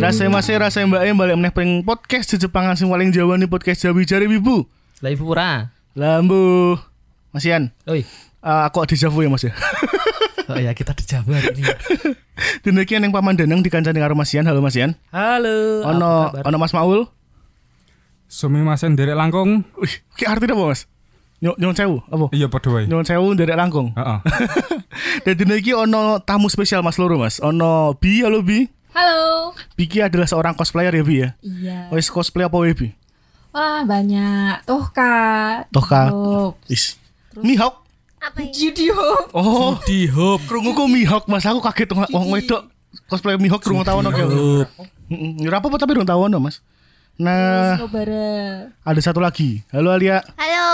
Rasa masih rasa mbak em balik meneh peng podcast di Jepang asing paling Jawa nih podcast Jawi Jari Wibu. Lah ibu ora. Lambu. Masian, Oi. uh, aku dejavu ya Mas ya. Oh ya kita di Jawa hari ini. Dan iki yang paman Danang dikancani karo Masian. Halo Masian. Halo. Ono ono Mas Maul. Sumi masen derek langkung. Wih, ki artinya apa Mas? Nyon nyon sewu apa? Iya Ah. padha wae. Nyon sewu nderek langkung. Heeh. Dan dina iki ono tamu spesial Mas Loro Mas. Ono Bi, halo Bi. Halo. Biki adalah seorang cosplayer ya Bi ya. Iya. Wis cosplay apa wae Bi? Wah banyak. Toh kak. Toh, Kak. Oh. Is. Mihawk. Judy Hope. Oh, Di hub. krungu kok Mihawk Mas aku kaget wong wong wedok cosplay Mihawk krungu tawon oke. Hub. Heeh, Ya, ora apa-apa tapi rung tawon Mas. Nah, Snowbara. ada satu lagi. Halo Alia. Halo,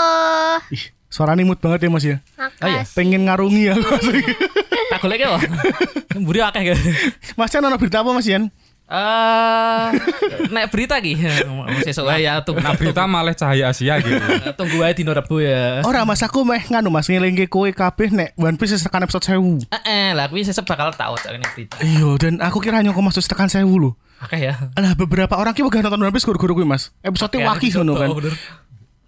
Ih, suaranya mood banget ya Mas ya. makas. Pengen ngarungi ya, aku. Tak golek yo. Mburi akeh ya. Mas Yan ono berita apa Mas Yan? Eh, nek berita ki. Sesuk wae ya tunggu Nah berita malah cahaya Asia gitu. tunggu wae dino Rebo ya. Ora Mas aku meh nganu Mas ngelingke kowe kabeh nek One Piece wis tekan episode 1000. Eh, eh, lah kuwi sesuk bakal tau tak ini berita. Iya, dan aku kira nyongko masuk tekan 1000 lho. Akeh ya. Alah beberapa orang ki wegah nonton One Piece guru-guru kuwi Mas. Episode Kayak waki gitu, ngono kan. bener.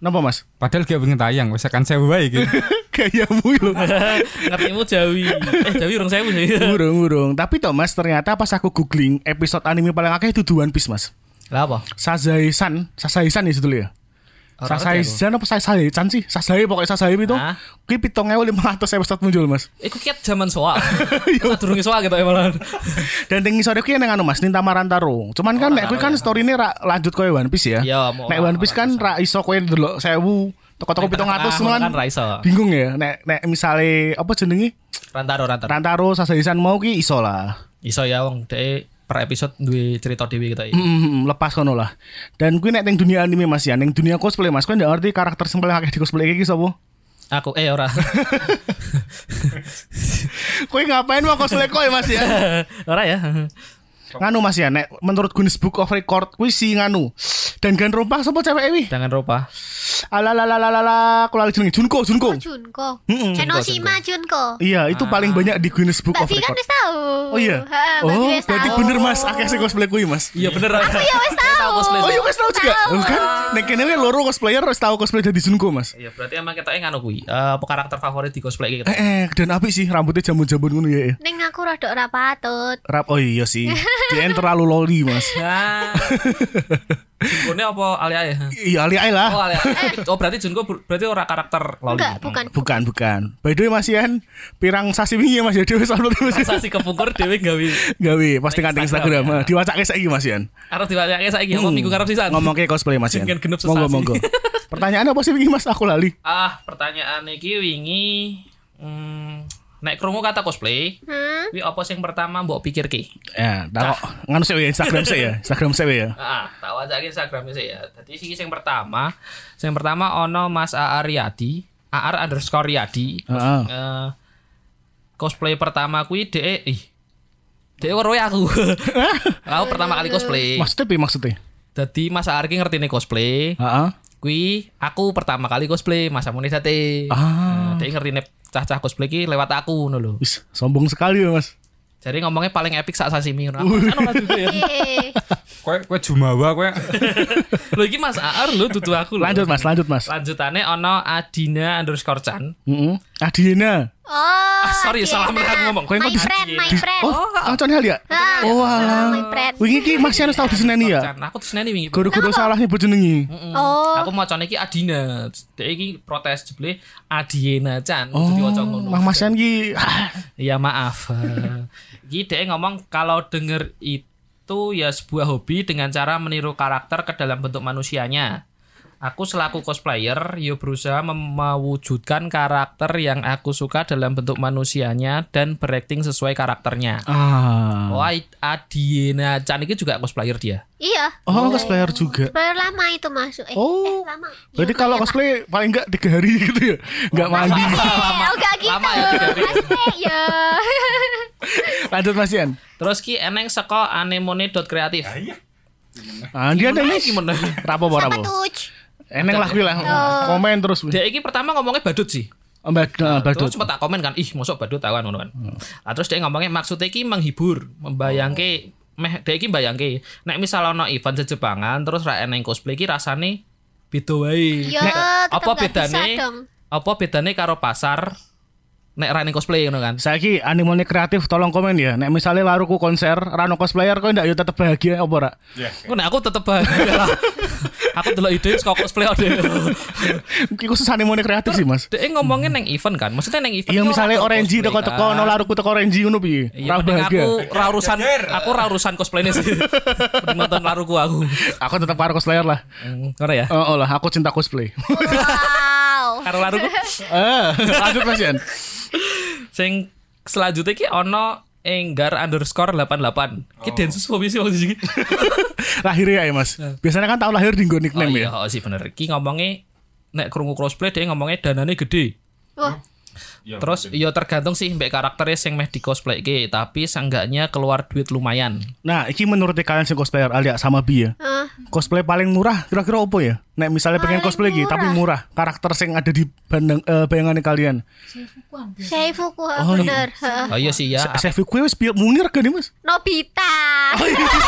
Napa Mas? Padahal gak pengen tayang, wis akan sewa wae gitu. Gayamu lho. Ngertimu Jawi. Eh Jawi rong sewu sih. Ngurung ngurung. Tapi toh Mas ternyata pas aku googling episode anime paling akeh itu One Piece Mas. Lah apa? Sazai-san, Sazai-san ya judulnya. Ora ngerti aku. Sazai-san apa Sazai-san sih? Sazai pokoknya Sazai itu. Hah? Ki 7500 episode muncul Mas. Iku kiat zaman soal. Iya, durunge soal gitu malah. Dan ning sore ki nang anu Mas Ninta Marantaro. Cuman kan nek kuwi kan storyne ra lanjut koyo One Piece ya. Oh, Iya, mau Nek ora- One Piece ora kan ra iso koyo delok 1000 toko-toko 700 kan kan. ra iso. Bingung ya nek nek misale apa jenenge? Rantaro rantaro. Rantaro Sasaisan mau ki iso lah. Iso ya wong dhek per episode duwe cerita dhewe gitu. ya. Mm, lepas kono lah. Dan kuwi nek ning dunia anime Mas ya, ning dunia cosplay Mas, kuwi ndak ngerti karakter sing paling akeh di cosplay iki sapa? Aku eh ora. Kuwi ngapain mau cosplay koe Mas ya? ora ya. nganu Mas ya, nek menurut Guinness Book of Record kuwi si nganu. Dan gan rompah sapa cewek wi? Jangan ropa. Alalalala, aku lali jenenge Junko, Junko. Oh, Junko. Mm-mm. Enoshima Junko. Iya, itu paling banyak di Guinness Book Mbak of Vi Record. kan wis tahu. Oh iya. Ha, Mbak Oh, Vi wis berarti tahu. bener Mas, akeh sing cosplay kuwi Mas. Iya bener ora. Aku ya wis tahu. cosplay. Oh, iya guys tahu juga. Tahu. Loh kan nek kene kan loro cosplayer wis tahu cosplay dari Junko Mas. Iya berarti emang kita nganu kuwi. Eh apa karakter favorit di cosplay gitu. Eh, eh, dan apik sih rambutnya jambon-jambon ngono ya. ya. Neng aku rada ora patut. Rap, oh iya sih. Dia yang terlalu loli mas. Ya. Junko apa Alia ya? Iya alih aja lah. Oh Alia. Oh berarti Junko ber- berarti ora karakter loli. Eh. Enggak, bukan. Bukan bukan. By the way mas Ian, pirang sashimi ya mas ya Dewi selamat mas. Masa si kepungkur dhewe gawe. Gawe pasti kanting Instagram, Instagram. ya. Ya. Diwacak kayak saiki mas Ian. Arep diwacake saiki apa minggu karep sisan. Ngomong kayak cosplay mas Ian. Dengan genep Monggo sesasi. monggo. Pertanyaan apa sih ini mas? Aku lali. Ah, pertanyaan iki wingi hmm, nek krungu kata cosplay, Hmm? kuwi apa sing pertama mbok pikirke? Ya, tak nganu saya ya Instagram saya ya. Instagram saya ya. Ah, tak wajake Instagram sih ya. Tadi sih yang pertama, yang pertama ono Mas Aar Riyadi, Aar underscore Riyadi. Terus, Heeh. eh, cosplay pertama kui de, ih, de weruh aku. aku pertama kali cosplay. Maksudnya pi maksudnya. Jadi Mas Aar ki ngerti nih cosplay. Heeh. Kui aku pertama kali cosplay Mas Amune Sate. Ah. Dia ngerti nih cah-cah cosplay ki lewat aku ngono lho. Wis, sombong sekali ya mas. Jadi ngomongnya paling epic saat sashimi ngono. Uh. Aku kan ora dudu ya. Eh, Kowe kowe jumawa kowe. Lho iki Mas Aar lho dudu aku lho. Lanjut mas, lanjut mas. Lanjutannya ono Adina underscore Chan. Mm Adina. Oh. Ah, sorry, Adina. salah merah aku ngomong. Kok yang My kok dis- friend, my Di- friend. Oh, kancane Alia. Ah, Oh my alah. friend. Wingi ki Mas Ian harus tahu di seneni ya. Chan. Aku terus nani wingi. Guru-guru salah nyebut jenengi. Oh. Aku mau iki Adina. Dia iki protes jebule Adiena Chan. Oh, Diwaca ngono. Mang Masian ki ah, Ya maaf. Eh, Iki dia ngomong kalau denger itu ya sebuah hobi dengan cara meniru karakter ke dalam bentuk manusianya. Aku selaku cosplayer, yo berusaha mem- mewujudkan karakter yang aku suka dalam bentuk manusianya dan berakting sesuai karakternya. ah. Wah, Adiena Chan ini juga cosplayer dia. Iya. Oh, cosplayer juga. Baru lama itu masuk. Eh, Oh. eh, lama. Berarti Iya, kalau Pak, cosplay paling enggak tiga hari gitu ya. Enggak mandi. iya, Pak. Eh, oh, gak gitu. Lama ya, jadi. Maksudnya, ya. Lanjut Mas Ian. Terus ki eneng seko anemone.kreatif. Ya, Ah, dia ada nih. Gimana? Rapo apa rapo. Apa tuh? Eneng lah kuwi lah. Komen terus. Dia ini pertama ngomongnya badut sih. Oh, Mbak nah, Badut. Hmm. Terus cuma tak komen kan, ih mosok badut tahu kan ngono kan. Nah, terus dia ngomongnya maksudnya iki menghibur, membayangke Oh. meh dia iki bayangke nek misal ono event sejepangan terus ra eneng cosplay iki rasane beda wae. Iya, Nek, tetep apa nggak bisa bedane? dong. Apa bedane karo pasar nek ra eneng cosplay ngono kan? Saya ki animone kreatif tolong komen ya. Nek misalnya laruku konser, rano cosplayer kok ndak yo tetep bahagia apa ora? Ngono nek aku tetep bahagia lah. aku delok ide kok cosplay ade. Ki khusus animone kreatif sih, Mas. Dia ngomongnya neng event kan, maksudnya neng event. Iya ki ora misalnya tau orange cosplay, teko-teko kan. no laruku teko orange ngono piye? Iya, Ra mending bahagia. aku ra urusan aku ra urusan cosplaynya sih. Mending nonton laruku aku. Aku tetep karo cosplayer lah. Ngono ya. Oh, oh lah, aku cinta cosplay. Wow. Karo laruku Eh, lanjut Mas Yan. sing selanjutnya ki ono enggar underscore 88. Oh. Ki densus komisi wong siji. Lahirnya ya, Mas. Biasanya kan tahun lahir di nggo Oh nickname iya ya. oh, sih bener. Ki ngomongnya nek krungu cosplay dia ngomongnya danane gede. Wah, Terus ya tergantung sih mbek karakternya sing meh di cosplay ki, tapi seenggaknya keluar duit lumayan. Nah, iki menurut kalian sing cosplayer Alia sama Bi ya. ah, Cosplay paling murah kira-kira opo ya? Nek misalnya pengen Paling cosplay iki murah. tapi murah, karakter sing ada di bandang, eh, bayangannya kalian. Seifukuan. Seifuku oh, bener. Heeh. Oh iya sih ya. Sa- Chef kuwi wis piye- munir kan nih, Mas? Nobita. Oh, iya.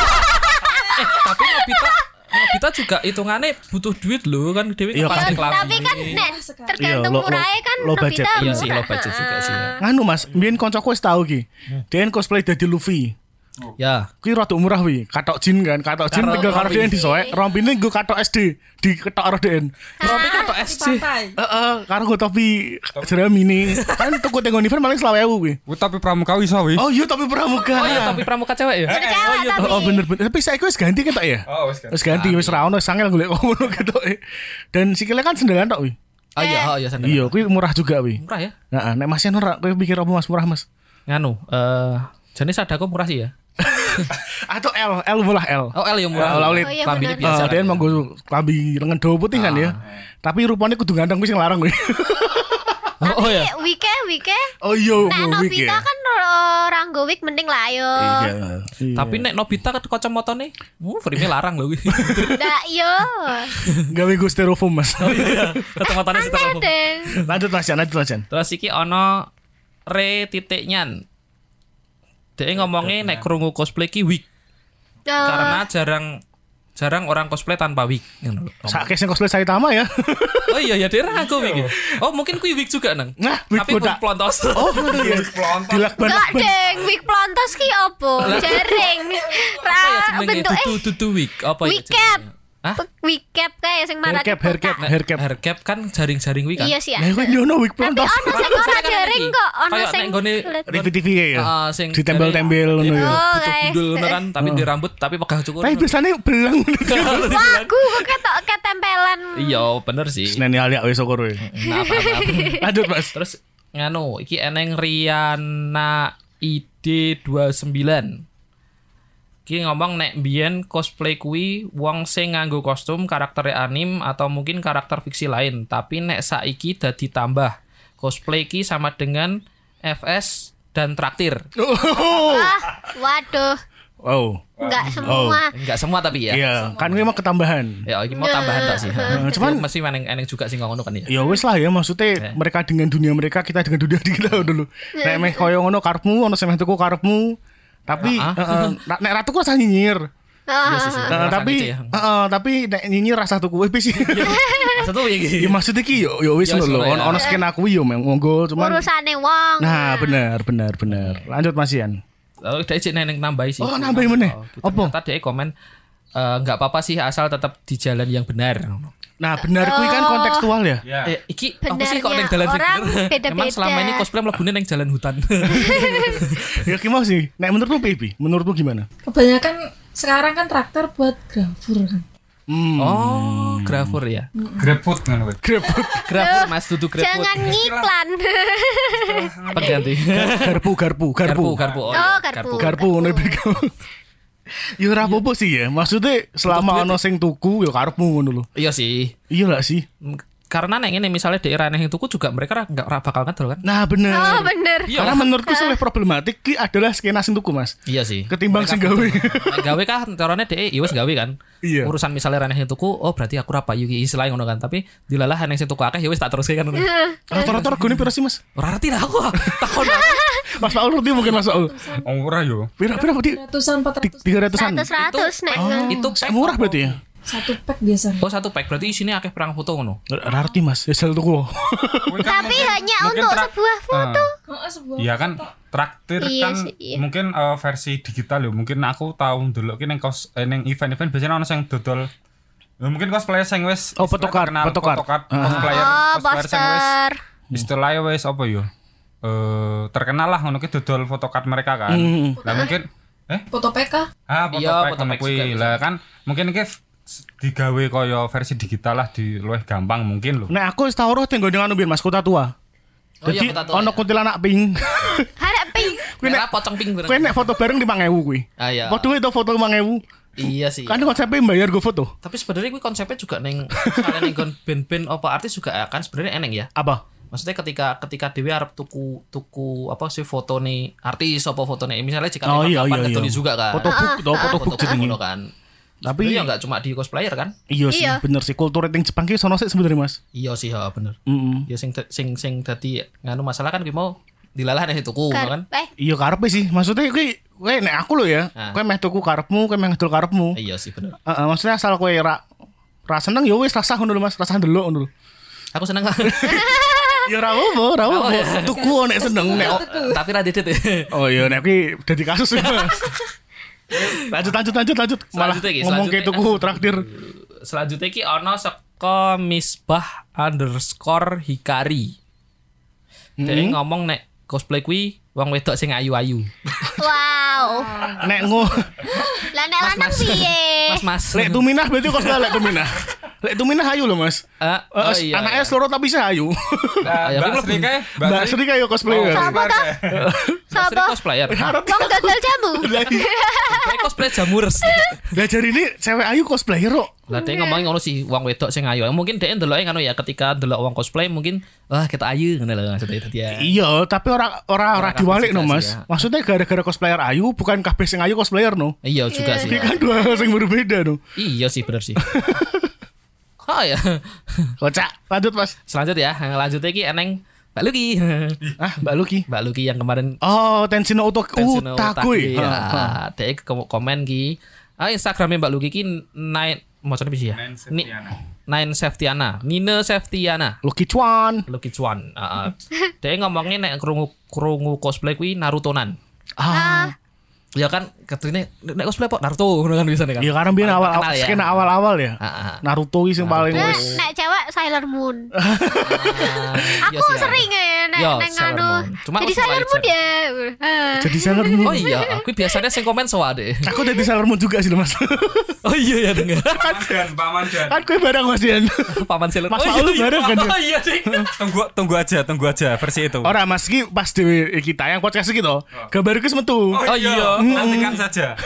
Eh, tapi Nobita Nobita juga hitungannya butuh duit loh kan dewe Iya, kan. pasti kelamin. Tapi kan nek tergantung Iya, lo- lo- murahnya kan low budget. Nobita Iya sih murah. low budget juga sih. ya. Nganu Anu, Mas, mbiyen koncoku wis tau ki. Dhewe cosplay dadi Luffy. Ya. Kuwi rada murah wi, katok jin kan, katok jin Karo tinggal karo rompi. dhewe disoek, rompine nggo katok SD, diketok karo dhewe. Romi kan atau Ah, Di SC. pantai. Heeh, karo nggo topi jerami mini. Kan tuku teng event paling 20.000 kuwi. Wih, tapi pramuka iso wih. Oh iya topi pramuka. Oh iya tapi pramuka cewek ya? cewek, iya, tapi. Oh, bener bener. Tapi saya wis ganti ketok ya? Oh, wis kan. Wis ganti wis ra ono sangel golek kok ngono ketok. Dan sikile kan sendalan tok wi. Oh iya, oh iya sandal. Iya, kuwi murah juga wi. Murah ya? Heeh, nek Mas Yan ora kowe pikir opo Mas murah Mas? Nganu, eh jenis sadaku murah sih ya. Atau L, L mulah L. Oh L ya Oh, murah. laulit. Oh, iya, Lambine benar. biasa. Ah, kan. Dean mau gue klambi lengan dawa putih kan ya. Tapi rupanya kudu ganteng wis ngelarang gue. Oh, oh ya. Wike, Wike. oh iya, Nah, mau wig ya. Nobita kan ro- orang go wig mending lah yo. Iya. Iya. Tapi nek Nobita kan kacamata nih, uh, frame larang loh. Ndak yo. gawe gue styrofoam Mas. Kacamata sih terlalu. Eh, Deng. Oh, iya. lanjut Mas, Yan, lanjut Mas. Yan. Terus iki ono re titik nyan. Dia ngomongnya nek krungu cosplay ki wig Oh, karena jarang jarang orang cosplay tanpa wig. Ngono lho. Sakit sing cosplay Saitama ya. Oh iya ya dia aku wig. Oh mungkin kui wig juga nang. Nah, wig Tapi botak. pelontos. oh, iya. Dilak enggak banget. deng. Wig plontos ki opo? Jaring. Ra apa ya jenenge bentuke dudu dudu wig apa ya Ah, eh, wig cap. Hah? Wig cap kae sing marah. Haircap, haircap, dibuka. haircap. hair cap kan jaring-jaring wig kan Iya sih ya. Lah kok nyono wig Tapi plontos. ono sing Soalnya ora kan jaring iki, kok, ono kayak sing nek nggone- kulit. Di VTV ya. Heeh, Ah, sing Ditempel-tempel dari- ngono ya. eh. Oh, Tutup guys. gundul ngono kan tapi di rambut tapi pegang Oh, cukur Tapi biasanya belang. Aku kok ketok ketempelan. iya bener sih Seneni alia wis syukur we. nah, apa, apa. Lanjut Mas. terus nganu iki eneng Riana ID 29 Ki ngomong nek biyen cosplay kui wong sing nganggo kostum karakter anim atau mungkin karakter fiksi lain, tapi nek saiki dadi tambah. Cosplay ki sama dengan FS dan traktir. Wah, waduh. Oh. Enggak semua. Enggak semua tapi ya. Iya, kan memang ketambahan. Ya iki mau tambahan tak sih. cuman- masih eneng eneng juga sih ngono kan ya. Ya wis lah ya maksudnya mereka dengan dunia mereka kita dengan dunia kita dulu. Nek meh koyo ngono karepmu ono sing meh tuku karepmu. Tapi heeh, ra- nek ratu ku rasa nyinyir. Oh, sih, Eh, sih, perasaan tapi itu ya. heeh, tapi nek nyinyir rasa tuku wis sih. Satu Ya ya gitu. maksudnya ki yo yo wis Ya, ngono lho. seru ya. Ono ono skena kuwi yo meng- monggo cuman urusane wong. Nah, bener bener bener. Lanjut Mas Ian. Lalu dia cek neneng nambahi sih. Oh, nambahin meneh? Apa? Apa? Tadi dia komen eh, nggak apa-apa sih asal tetap di jalan yang benar. Nah, bener kuwi kan kontekstual ya. Eh, iki apa Benarnya sih kok neng jalan sing orang bener? beda-beda. Emang selama ini cosplay mlebune neng jalan hutan. Ya ki mau sih. Nek menurutmu Pipi, menurutmu gimana? Kebanyakan sekarang kan traktor buat grafur kan. Hmm. oh, grafur ya. Grabfood ngono wih. Greput, Grafur Mas Dudu grafur Jangan ngiklan. pengganti. garpu, garpu, garpu. Garpu, garpu. Oh, iya, garpu. Garpu ngono iku. Ya ora apa sih ya. Maksudnya selama ono sing tuku ya karepmu ngono lho. Iya sih. Iya lah sih. karena nek ngene misalnya daerah yang tuku juga mereka ra- nggak ra bakal ngedol kan. Nah bener. Oh bener. Iya. Karena menurutku sih problematik ki adalah skena sing tuku mas. Iya sih. Ketimbang sing gawe. Nek gawe kah terone dhek ya wis gawe kan. Iya. Urusan misalnya raneh sing tuku, oh berarti aku ra payu iki istilah ngono kan. Tapi dilalah raneh sing tuku akeh ya wis tak teruske kan. Rata-rata regane pira sih mas? Ora arti lah aku. Takon aku. Mas Paul ngerti mungkin Mas Paul. Oh, ora yo. Pira pira di Ratusan, empat ratus, tiga ratusan. Seratus ratus nek. Itu Sak pack murah apa? berarti ya? satu pack biasanya. Oh satu pack berarti isinya akeh perang foto ngono. Rarti mas, ya sel tuku. kan Tapi hanya Ah, untuk sebuah foto. Oh, sebuah Ah, Iya kan traktir Iya kan sih, iya. mungkin eh, versi digital yo. Mungkin aku tahu dulu ki ning kos eh, ning event-event biasanya ono sing dodol Ya, mungkin cosplayer sing wis Oh, photocard, terkenal, photocard. photocard, cosplayer, Oh cosplayer sing wis poster. istilahnya wis ya apa yo? Eh terkenal lah ngono ki dodol photocard mereka kan. Lah mungkin eh foto PK. Ah, Iya, Photopack Photopack ngono kuwi. juga bisa. Lah kan mungkin iki f- digawe kaya versi digital lah di luwih gampang mungkin lho. Nah aku setahu roh tinggal dengan anu biar mas kota tua. Oh iya, Jadi kota tua, ono ya. kuntilanak pink. Harap pink. Merah pocong pink bener. Kue nek foto bareng di mangewu kui. Ah, iya. Waduh itu foto mangewu. Iya sih. Kan konsepnya bayar gue foto. Tapi sebenarnya gue konsepnya juga neng misalnya neng kon band-band apa artis juga kan sebenarnya eneng ya. Apa? Maksudnya ketika ketika Dewi harap tuku tuku apa sih foto nih artis apa foto nih misalnya jika Oh, iya, iya, iya. juga kan. Foto book, tau, foto book foto jenenge. ngono kan. Tapi- Tapi ya nggak cuma di cosplayer kan? Iya sih, Iya. bener sih. Kultur rating Jepang ki sono sih sebenarnya mas. Iya sih ha bener. Mm-mm. Ya sing sing sing dadi nganu masalah kan gue mau dilalah nih tuku Kar- kan. Eh Iya karpe sih. Maksudnya kui, kui nek aku lo ya. Ah. Kue meh tuku karepmu, kue meh ngedol karepmu. Iya sih bener. Eh, eh, maksudnya asal kue ra rasa seneng ya wis rasa ngono lho, mas, rasa ndelok ngono lho. Aku seneng kan. Ya ra apa, ra apa. Tuku nek seneng nek Tapi radit ya. Oh iya nek iki dadi kasus ya, Mas. lanjut lanjut lanjut lanjut malah Selanjutnya, Ki, ngomong kayak selanjutnya. tuku traktir. Selanjutnya ki ono saka misbah underscore hikari. Dia Hmm. ngomong nek cosplay kui wong wedok sing ayu-ayu. wow. Nek ngo Lah nek lanang piye? Mas mas. lek tuminah berarti kok salah lek tuminah. Lek tuminah ayu lho Mas. Eh, Eh, oh iya. anaknya seluruh tapi saya ayu. Nah, ya, Mbak aku Sri lebih- kae, Mbak Sri kayak cosplay Oh, ya. Mbak Sri. Mas iya. Sri Sopo? cosplayer. Iya. Wong dodol jamu. ya? Kayak cosplay jamur. Belajar ini cewek ayu cosplayer kok. Lah dia ngomongin ngono sih wong wedok sing ayu. Mungkin dia ndelok ngono ya ketika ndelok wong cosplay mungkin wah kita ayu ngono lho maksudnya tadi ya. Iya, tapi orang orang orang Orang diwalik no kabeh mas. sih, ya. Maksudnya gara-gara cosplayer ayu, bukan kabeh sing ayu cosplayer no. Iya juga sih. Ini kan dua hal yang berbeda no. Iya sih bener sih. Oh ya. Kocak, lanjut mas. Selanjutnya ya, lanjutnya ki eneng Mbak Luki. Ah, Mbak Luki. Mbak Luki yang kemarin Oh, Tensino Uto iya. Tensiono Utakui. Ya, Ha, ha. dek ke- komen ki. Ah Instagramnya Mbak Luki ki nine maksudnya bisa ya. Nine Ni- Septiana. Nine Septiana. Nina Septiana. Lucky Chuan. Luki Chuan. Ah, Heeh. Dek ngomongin nek krungu krungu cosplay kuwi Naruto-nan. Ah, Ya kan katene nek cosplay kok Naruto ngono kan bisa kan. ya karena biar Paling awal awal terkenal ya. ah. skena awal-awal ya. Heeh. Naruto sih yang paling Nah, wes. nek cewek Sailor Moon. Iya Aku sih, ya. sering ya nek Yo, nang Sailor anu. Moon. Cuma aku Jadi suka Sailor Moon aja. ya. Ah. Jadi Sailor Moon. Oh iya, aku biasanya sing komen soal deh. Aku jadi Sailor Moon juga sih loh, mas. Oh iya ya dengar. Paman dan Paman dan. kan kue bareng mas Dian. Paman Sailor. Mas oh, iya, Paul iya. bareng kan, dia? Oh iya ding. Tunggu tunggu aja, tunggu aja versi itu. Orang Oh, mas ki pas dewe kita yang podcast gitu, gambar ki metu. Oh, iya. nantikan saja.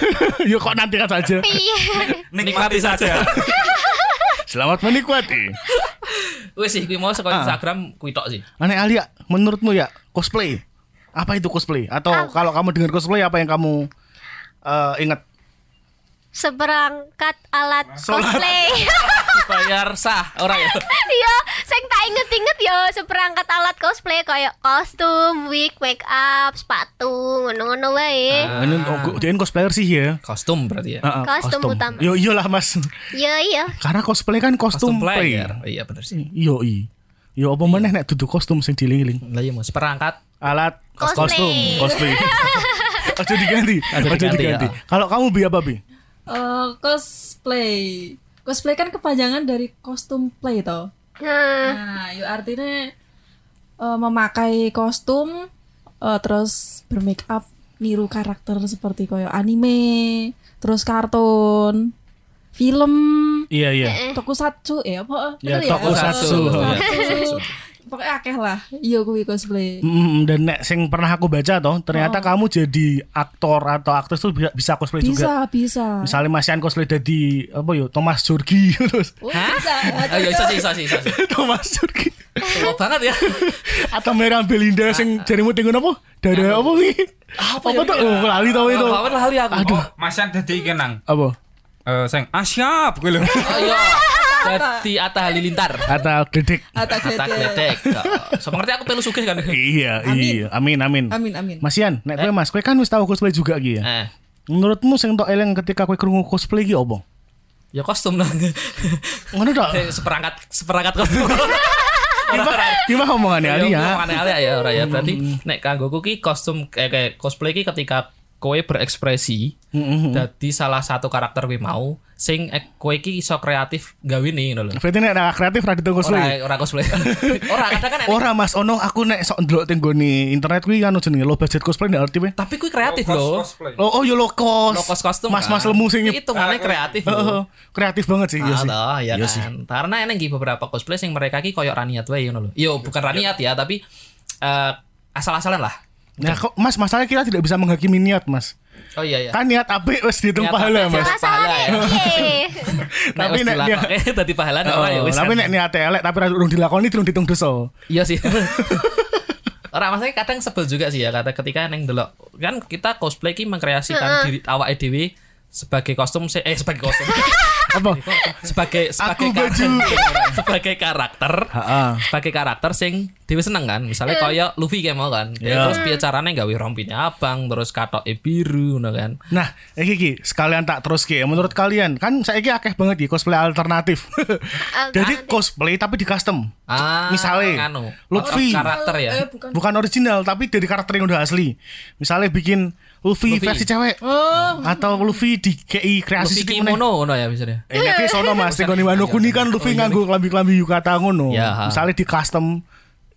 Yuk kok nanti kan saja. Piye? Nikmati saja. Selamat menikmati. Wes sih kuwi mau saka Ah. Instagram kuwi tok sih. Aneh Alia, menurutmu ya cosplay apa itu cosplay? Atau kalau kamu dengar cosplay apa yang kamu eh, ingat? Seperangkat alat cosplay. Bayar sah orang ya. Iya, sing tak inget-inget ya seperangkat alat cosplay kayak kostum, wig, make up, sepatu, ngono-ngono wae. Eh. Ah. Ini oh, gue- dia ini cosplayer sih ya. Kostum berarti ya. Ah, ah, Kostum utama. Yo iyalah mas. Ya iya. Karena cosplay kan kostum, play. Oh, iya bener sih. Yo i. Yo Iya. apa meneh nek duduk kostum sing diling-iling. Lah iya mas perangkat Alat Cosplay. kostum. Ojo diganti. Ojo Ojo diganti, diganti. ya. Kalau kamu bi apa bi? Eh, cosplay. Cosplay kan kepanjangan dari kostum play toh. Nah, Nah, yuk artinya eh, memakai kostum eh, terus bermake up niru karakter seperti koyo anime, terus kartun, film, Iya iya. tokusatsu ya apa? Ya, Bener tokusatsu. ya. Tokusatsu. pokoknya akeh lah iya kuwi cosplay Mm, dan nek sing pernah aku baca toh, ternyata kamu jadi aktor atau aktris tuh bisa, bisa cosplay juga. bisa bisa Misalnya Masian cosplay jadi apa yo Thomas Jurgi terus Oh, bisa Oh iya, iso sih, iso sih, iso sih. Thomas Jurgi Tua banget ya. atau Mera Belinda sing jarimu tengen apa? Dada apa wi? Apa ya? tuh? Oh, lali tau itu. Kawan lali aku. Oh, Aduh. Masih ada di kenang. Apa? Eh, seng, ah siap, gue lho. Oh iya. Dadi Atta Halilintar. Atau Dedek. Atta Atta Gledek. Gledek. So ngerti aku pelu sugih kan. Iya, iya. Amin, amin. amin amin Masian, nek kowe Mas, kowe kan wis tau cosplay juga iki ya. Eh, Menurutmu sing tok eleng ketika kowe krungu cosplay iki opo? ya kostum lah. Ngono tok. Eh, Seperangkat seperangkat kostum. Gimana omongannya Ali ya? Ya, Mm-hmm. omongan Ali ya ora ya. Berarti nek kanggo ku ki kostum eh, kayak cosplay ki ketika kowe berekspresi Mm-hmm. dadi salah satu karakter kowe mau sing eh, kowe ki iso kreatif gawe nih ngono lho. Berarti nek nek kreatif ra ditunggu cosplay. Ora ora cosplay. ora kadang kan enek. Ora Mas ono aku nek sok ndelok teng nggone internet kuwi anu jenenge low budget cosplay nek arti tapi kuwi kreatif Kos- lho. cosplay. Oh, oh yo low cost. Lokos kostum. Mas-mas lemu sing kan? itu kreatif Heeh, lho. heeh. kreatif banget sih iya sih. Alah, ya Iya kan. Karena enek iki beberapa cosplay sing mereka ki koyo Raniat wae ngono lho. Iya, Yo bukan Raniat ya, tapi eh, asal-asalan lah. Nah, kok Mas masalahnya kita tidak bisa menghakimi niat Mas. Oh iya iya. Kan niat apik wis dihitung Niat pahala apik iya. Mas. jelas. Masalahnya piye? Tapi Tapi nek nek dia- dadi pahala nek ora ya Oh, Iya, wis. tapi kan. nek niate elek tapi ra durung dilakoni durung dihitung dosa. Iya sih. Orang maksudnya kadang sebel juga sih ya kata ketika neng delok kan kita cosplay ki mengkreasikan diri awak dhewe sebagai kostum se- eh sebagai kostum Iya, Apa? sebagai sebagai Aku baju. karakter sebagai karakter Heeh. sebagai karakter sing dhewe seneng kan misalnya kaya Luffy kayak mau kan Iya. Dia terus piye carane gawe rompinya abang terus katoke biru ngono kan Nah, iki iki sekalian tak terus ki. Menurut kalian kan saiki akeh banget ya cosplay alternatif. Jadi cosplay tapi di custom. ah Misalnya, anu, Luffy. out of karakter ya eh bukan Bukan original tapi dari karakter yang udah asli. Misalnya bikin Luffy, Luffy. versi cewek oh atau Luffy di KI kreasi Luffy Iya, sithik meneh. kimono ngono ya misalnya Eh, nek kuwi sono Mas Tengoni Wano Kuni kan Oh, Luffy nganggo klambi-klambi yukata ngono. Ya, iya, ha. Misalnya di custom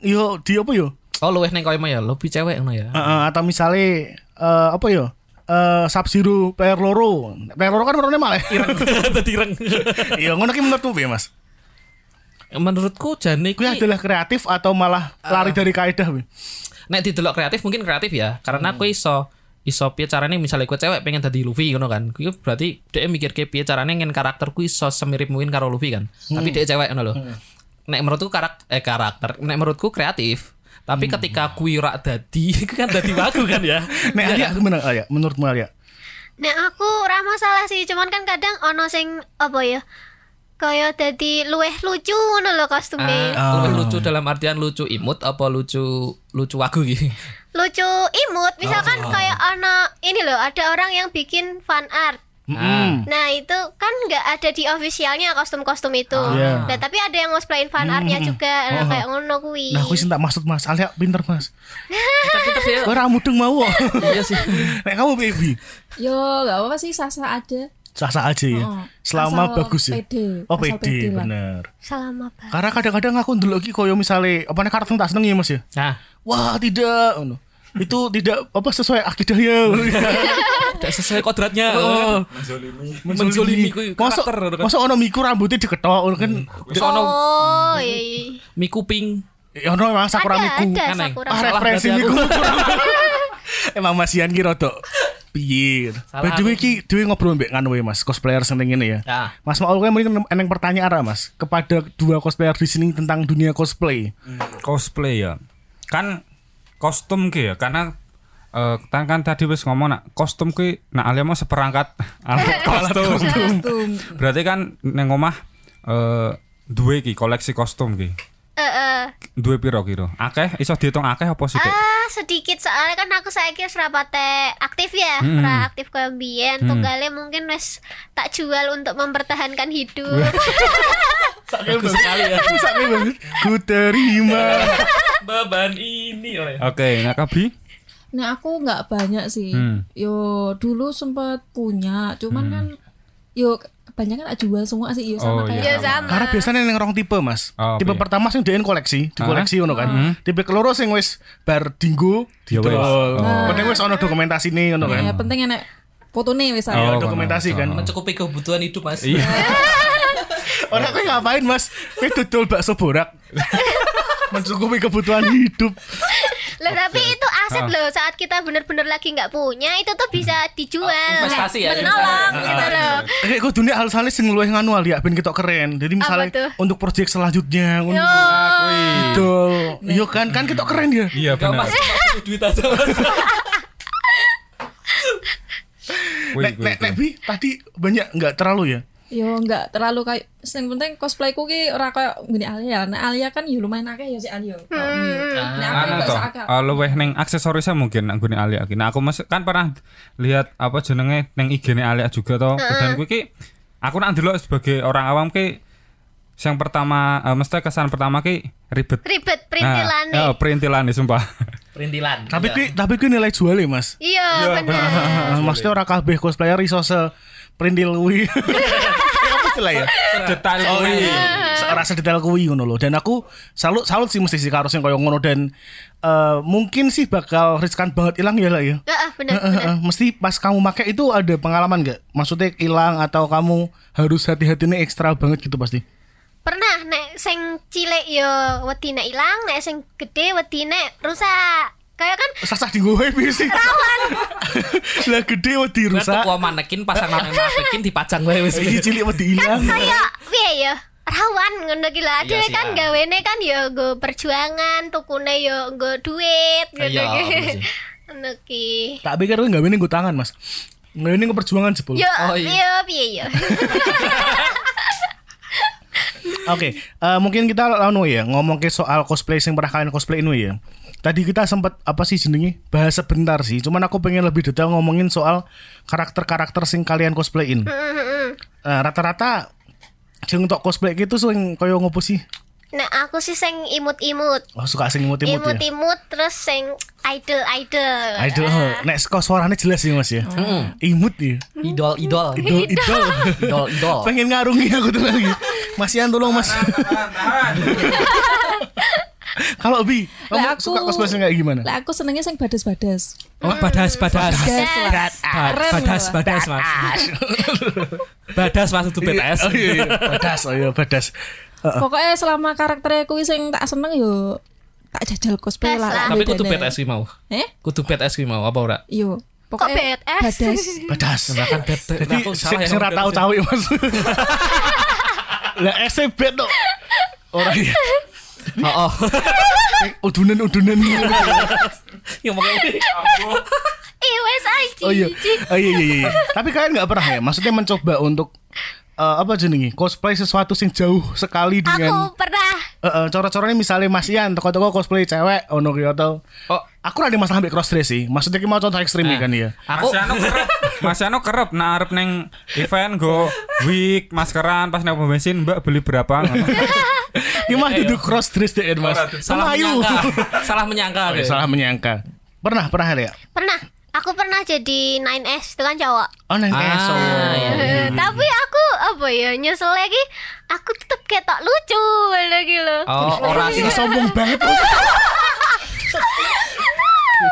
yo di apa yo? oh luweh neng koyo ya Luffy cewek ngono ya Heeh, atau misalnya eh, apa yo? Eh Sub Zero PR Loro. PR Loro kan warnanya malah. Tadi ireng. Iya, ngono ki menurutmu piye, Mas? Menurutku Kuwi jane kuwi adalah kreatif atau malah lari dari kaidah kuwi? nek didelok kreatif mungkin kreatif ya karena kuwi iso iso piye carane misalnya gue cewek pengen jadi Luffy ngono kan. Kuwi berarti dia mikir ke piye carane ngen karakter kuwi iso semirip mungkin karo Luffy kan. Tapi dia cewek ngono lho. Nek menurutku karakter eh karakter nek menurutku kreatif. Tapi ketika kuwi rak dadi kuwi kan dadi wagu kan ya. Nek Iya Alia kan? gimana Alia? Menurutmu Alia? Nah aku ora masalah sih, cuman kan kadang ono sing apa ya? Kaya dadi luweh lucu ngono lho kostume. Ah, lebih lucu dalam artian lucu imut apa lucu lucu wagu gitu. Lucu imut, misalkan Oh. kayak ono ini loh, ada orang yang bikin fan art. Mm-mm. Nah, itu kan nggak ada di officialnya kostum-kostum itu. Ah. Nah, tapi ada yang ngosplayin fan artnya juga, nah, kayak ngono kuwi. Nah, aku sih tak maksud Mas Alia pinter Mas. Tapi terus ya, Kowe ra mudeng mau. iya sih. Nek kamu baby, yo nggak apa-apa sih sasa ada sah-sah aja ya. Oh, Selama asal bagus ya. pede, Oh, pede, asal pede lah. bener. Selama apa? Karena kadang-kadang aku ndelok iki koyo misale apa nek kartun tak seneng ya Mas ya. Nah, Wah, tidak ngono. Itu tidak apa sesuai akidah ya. tidak sesuai kodratnya. Oh. Menzolimi kuwi Masa karakter, kan? masa ono miku rambutnya diketok ngono kan. Terus ono Oh, iya. iya. mie kuping Ya ono memang sakura Ada, miku. ada Kan, Neng? sakura. Ah, Salah referensi berarti niku. aku. Emang Mas Ian ki rada piye. Salah By the way aku. ki dhewe ngobrol mbek kan we Mas, cosplayer sing ngene ya. Ya. Mas Maul kan mungkin eneng pertanyaan ra Mas kepada dua cosplayer di sini tentang dunia cosplay. cosplay ya kan kostum ki ya karena eh, kan, kan tadi wis ngomong nak kostum ki nak alia mau seperangkat alat kostum kostum berarti kan neng omah eh duwe ki koleksi kostum ki Eh, eh. duwe piro kira akeh iso dihitung akeh apa sih Ah, sedikit soalnya kan aku saiki wis ora pate aktif ya, Hmm. ora aktif koyo mbiyen, tunggale mungkin wis tak jual untuk mempertahankan hidup. bagus sekali ya Sakne banget. Ku terima. beban ini oh ya. oleh oke nah kabi Nah aku nggak banyak sih. Hmm. Yo dulu sempat punya, cuman kan yo kebanyakan tak jual semua sih. Yo sama Oh, kayak ya sama. Karena biasanya yang rong tipe mas Oh, Tipe piye? pertama sing diin koleksi Di koleksi ngono kan Tipe keloro sing wis Bar dinggo Ya wis. Didol Penting wis ono dokumentasi nih ngono kan Iya. Ya, penting enak foto nih misalnya. Iya, Iya, Oh, dokumentasi kan mencukupi kebutuhan hidup mas iya Orang kowe ngapain mas Kowe dodol bakso borak mencukupi kebutuhan hidup. Loh, tapi itu Ah. aset loh. Saat kita bener-bener lagi nggak punya, itu tuh bisa dijual. Oh, investasi iya, ya, Menolong investasi. gitu loh. Kayak gue dunia hal halus sing luwih nganu Ali, ya ben ketok keren. Jadi misalnya tuh? untuk proyek selanjutnya untuk Yo. Nah. idol. Yo kan kan ketok keren ya. Iya Gak benar. mas, mas, duit aja mas. Wih, Nek wih, nek nek wih. Bi, tadi banyak nggak terlalu ya? Yo nggak terlalu kayak sing penting cosplayku ki ora kayak ngene Alia. Nek Alia kan yo lumayan akeh yo sik Alia. Hmm. Nek aku Anu nggak toh, seakal. eh, luweh neng aksesorisnya mungkin nang gune Alia iki. Nah, aku mas, kan pernah lihat apa jenenge neng IG-ne Alia juga toh. Dan kuwi ki aku nak ndelok sebagai orang awam ki yang pertama eh, mesti kesan pertama ki ribet. Ribet perintilane. Nah, eh, perintilane sumpah. Perintilan. Tapi Iya. kui tapi kui nilai jualnya Mas. Iya, bener. Ah, maksudnya orang kabeh cosplayer iso se printil kuwi. Apa celah ya? Detail kuwi. Se- Ora sedetail kuwi ngono lho. Dan aku salut salut sih mesti sih karo sing koyo ngono dan eh, mungkin sih bakal riskan banget hilang ya lah ya. Heeh, Eh, bener, eh, bener. eh, mesti pas kamu pakai itu ada pengalaman nggak? Maksudnya hilang atau kamu harus hati-hatinya ekstra banget gitu pasti. Pernah nek sing cilik yo wedi nek ilang, nek sing gede wedi nek rusak. Kayak kan Sasah di gue sih. Rawan. lah gede wedi Kan tuh rusak. Iya, kuah manekin pasang nama manekin dipajang wae wis. Iki cilik wedi hilang. kayak piye ya? Rawan ngono gila. Iya Dhewe sih, kan ah. gawene kan yo nggo perjuangan, tukune yo nggo duit gitu. Iya, bener sih. Ngono ki. Tak pikir gue nggak ini gue tangan mas. Nggak ini gue perjuangan sepuluh. Yo, Oh, iya. yo piye yo. Oke, eh, mungkin kita anu ya ngomong ke soal cosplay yang pernah kalian cosplay ini ya. Tadi kita sempat apa sih jenenge? Bahas sebentar sih. Cuman aku pengen lebih detail ngomongin soal karakter-karakter sing kalian cosplayin. Eh, rata-rata sing untuk cosplay gitu sing koyo ngopo sih? Nah, aku sih sing imut-imut. Oh, suka sing imut-imut ya. Imut-imut terus sing idol-idol. Idol. Nek kok suaranya jelas sih Mas ya. Imut ya. Idol idol. Idol, idol. Idol idol. pengen ngarungi aku tuh lagi. Mas Ian tolong Mas. Kalau Bi, kamu Lah, aku- suka cosplay sing kayak gimana? Lah aku senengnya sing badas-badas. Mm. Oh, badas, badas. Badas. Mas. Ba- Keren Badas, loh. badas, mas. Badas, mas itu BTS. Oh iya, iya. Pedas, oh iya pedas. Heeh. Pokoknya selama karakternya kuwi sing tak seneng yo tak jajal cosplay Tes lah. lah. Tapi kudu Dene. BTS ki mau. Eh? Kudu BTS ki mau apa ora? Yo. Pokoknya Kok BTS? badas. pedas. Kan BTS. Jadi Aku sing salah ya, sing aku ra tau BTS. cawe Mas. Lah SCB tuh. Orang Eh, ya. Oh, oh. Udunan-udunan gitu. Ya makanya Ih, Eh, wes aja. Oh iya. Oh iya iya iya. Tapi kalian nggak pernah ya? Maksudnya mencoba untuk eh, apa jenenge? Cosplay sesuatu sing jauh sekali dengan Aku pernah Heeh, coro-corone eh, misalnya Mas Ian toko-toko cosplay cewek ono ki atau Oh. Aku rada masalah ambek cross dress sih. Maksudnya ki mau contoh ekstrim ya kan ya. aku Mas Yano anu kerep, Mas Yano kerep nah arep neng event go wig maskeran pas nang pom bensin Mbak beli berapa? Ki mah Iya, duduk cross dress deh Mas. salah Melayu. menyangka. Salah menyangka. Oh, deh. iya, Salah menyangka. Pernah pernah ya? pernah aku pernah jadi 9S itu kan cowok Oh nang Ah, ESO. iya. tapi aku apa ya nyesel lagi aku tetep ketok lucu lagi loh Oh, orang Ini sombong banget.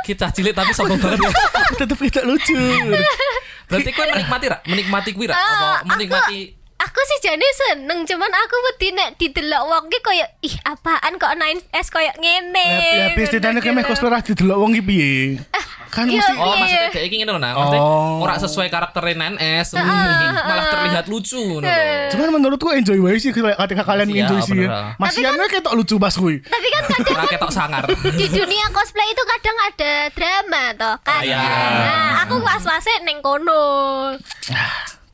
kita cilik tapi sombong banget ya. Tetap kita lucu. Berarti kue menikmati ra? Menikmati kuwi ra? Ah, Apa menikmati aku sih jane seneng cuman aku wedi nek didelok wong ki koyo ih apaan kok 9S koyo Iya, ngene Habis ditanya Ngono kemeh gitu. cosplay ra didelok wong ki piye? Kan Iya, mesti Oh, Iya. maksudnya kayak gini ngono nah. Maksudnya Oh. ora sesuai karakter NS, hmm, malah terlihat lucu ngono. lho. Cuman menurutku enjoy wae sih ketika kalian Iya, enjoy sih. bener. ya. kan Mas Ian ketok lucu Mas kuwi. tapi kan kadang Ora ketok sangar. di dunia cosplay itu kadang ada drama toh kan iya. nah aku was-wase neng kono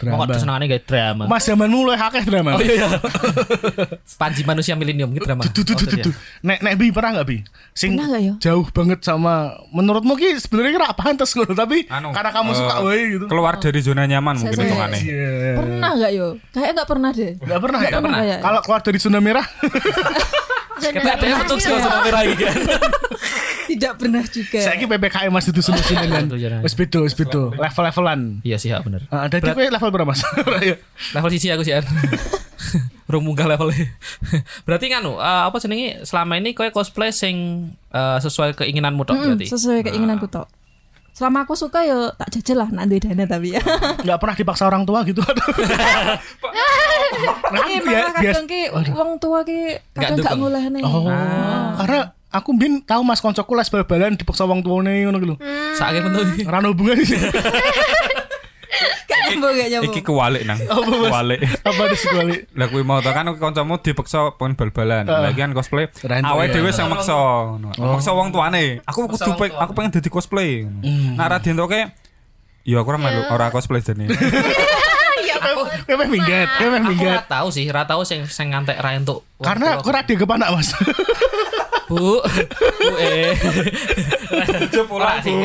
Kok Drama. senengane gak drama. Mas zamanmu luwih akeh drama. Oh iya iya. Panji manusia milenium gitu drama. Duh, duh, duh, duh, duh. Nek nek bi pernah nggak bi? Sing Pernah nggak, yo? jauh banget sama menurutmu ki sebenarnya kira pantes ngono tapi Anu, karena kamu eh, suka wae gitu. Keluar dari zona nyaman mungkin Saya- hitungannya. Iya. Pernah nggak yo? Kayaknya nggak pernah deh. Nggak pernah ya? pernah. Nggak, ya. Kalau keluar dari zona merah Kita ada yang untuk sih sama merah gitu. Tidak pernah juga. Saya ini PPKM mas itu sudah sudah kan. Betul, jarang. Wes bedo, wes bedo. Level-levelan. Iya sih, ya, bener. Ah, tadi kowe level berapa mas? Ayo. Level sisi aku sih. An. Rung munggah levelnya. e. Berarti nganu eh, apa senengi selama ini kowe cosplay sing eh, sesuai keinginanmu tok Mm, berarti. sesuai keinginanku tok. Selama aku suka yo tak jajal lah nak duwe dana tapi ya. Nggak pernah dipaksa orang tua gitu. Eh, Nanti ya malah Iya, kadang ki wong tua ki kadang Nggak gak dukung. ngolehne. Oh. Oh. karena aku mbien tahu Mas koncoku les bal-balan dipaksa wong tuane ngono ki lho. Hmm. Saking mentu. Ora ana hubungane sih. Gak nyambung, gak nyambung. Iki kewalik nang. Kewalik. Apa di sekali? Lah kuwi mau tau kan kancamu dipeksa pon bal-balan. Lagi kan cosplay. Keren tuh Ah. Awake ya. dhewe sing meksa. Meksa wong tuane. Aku kudu pe- aku pengen dadi cosplay. Hmm. Nah ra dientoke Ya aku ora melu ora cosplay jane. Iya, Kowe minggat, kowe Aku minggat. ora tahu sih, ora tahu sing sing ngantek ra entuk. Wong Karena tua. aku ora dianggap anak, Mas. Bu. Bu eh. Jep Ora sih.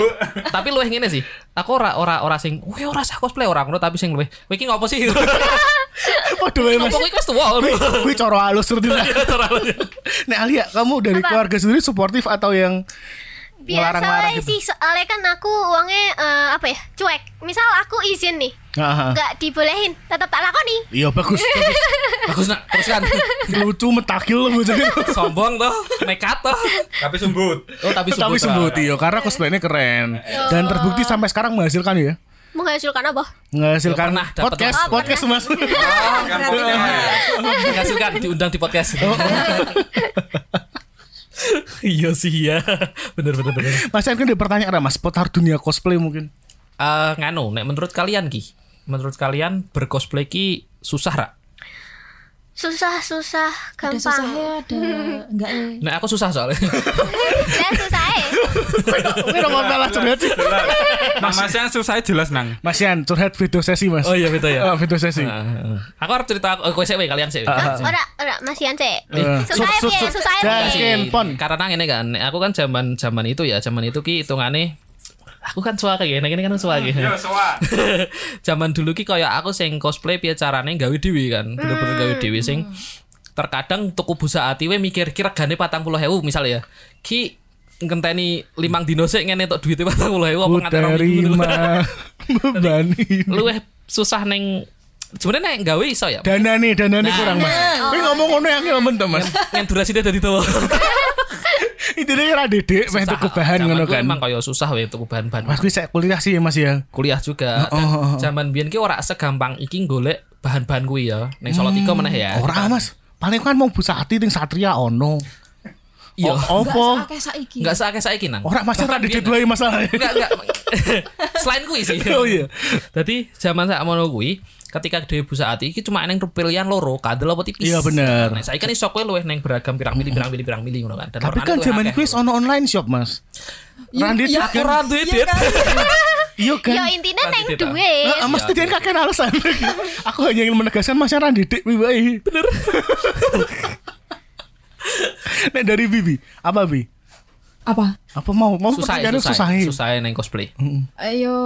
Tapi luwih ngene sih. Aku ora ora ora sing, "Wih, ora sah cosplay ora ngono," tapi sing luwih, "Kowe iki ngopo sih?" Waduh, wae, Mas. Ngopo kowe iki wis tuwa. Wih, Wih, coro halus seperti Iya, itu. Nek Alia, kamu dari keluarga sendiri suportif atau yang biasa ngelarang-larang wae gitu? sih soalnya kan aku uangnya eh, apa ya cuek misal aku izin nih Ah, ah. nggak dibolehin tetap tak lakoni Iya bagus, bagus. Bagus nak, teruskan. lucu metakil loh Iya, bocah itu. Sombong toh, nekat toh. Tapi sumbut. Oh, tapi Tapi sebut. sembuh iya karena cosplaynya keren Iya. dan terbukti sampai sekarang menghasilkan ya menghasilkan apa menghasilkan Pernah dapat podcast Oscar. podcast mas Dikasihkan diundang di podcast. Oh. Iya sih ya. Bener bener bener. mas Erwin ada pertanyaan ada mas putar dunia cosplay mungkin Eh nganu, nek menurut kalian ki, menurut kalian bercosplay ki susah ra? susah susah Ada gampang susahnya, ada enggak ya. Nek aku susah soalnya. ya susah eh. ini udah ngomel lah curhat Iya. sih Nah, Mas yang susah jelas nang. mas Yan curhat video sesi mas Oh iya, betul ya. Ah, video sesi Heeh, heeh. Nah, aku harus cerita aku kowe sik, weh, kalian sik. weh. ora ora masih ance Eh, susah sut, sut, ya sut. susah Dan ya skin pon Karena ngene kan, nek aku kan zaman zaman itu ya, zaman itu ki hitungane aku kan suara ya, nek ini kan suara ya. soa. zaman dulu ki kaya aku sing cosplay piye carane gawe dhewe kan bener-bener gawe dhewe sing Hmm. terkadang tuku busa ati we mikir kira gane patang puluh ewu misal ya ki ngenteni limang dino sik ngene tok duite patang puluh ewu apa ku nganti rong minggu dulu. terima beban luweh susah neng sebenarnya nek gawe iso ya dana nih dana nih kurang mas Oh. ini ngomong ngono yang ngomong tuh mas Nah. yang durasi dia dadi tuwa intinya kira dedek pengen tuku bahan ngono kan emang kaya susah we tuku bahan-bahan mas gue saya kuliah sih ya mas ya kuliah juga Dan zaman biyen ki ora segampang iki golek bahan-bahan kuwi ya ning Solo tiga meneh ya orang Hmm, mas paling kan mau busati ting satria ono iya O- Enggak opo seakeh saiki. enggak saake saiki nang Orang masih ada Bahkan di biyen- dua masalahnya. Enggak, enggak. Selain kui sih. Oh iya. Jadi zaman saya mau kui, ketika dewe busa ati iki cuma neng pilihan loro, kadel apa tipis. Iya, bener. Nah, saya kan iso kowe luweh neng beragam pirang milih pirang milih pirang milih ngono kan. Dan Tapi warnane kan luwih zaman akeh. kuis ono online shop mas. Randy ya, Tucker. Ora duwe Iya duit. kan? Iya yo kan. Ya, intinya Nanti neng tidak. duit Eh, Iya. mas tadi kakek alasan. Aku hanya ingin menegaskan mas Randy Dek Bibi. Bener. Nek dari Bibi, apa Bi? Apa? Apa mau mau susah ya, pertanyaannya susah susah. iya. ya? susah neng cosplay. Ayo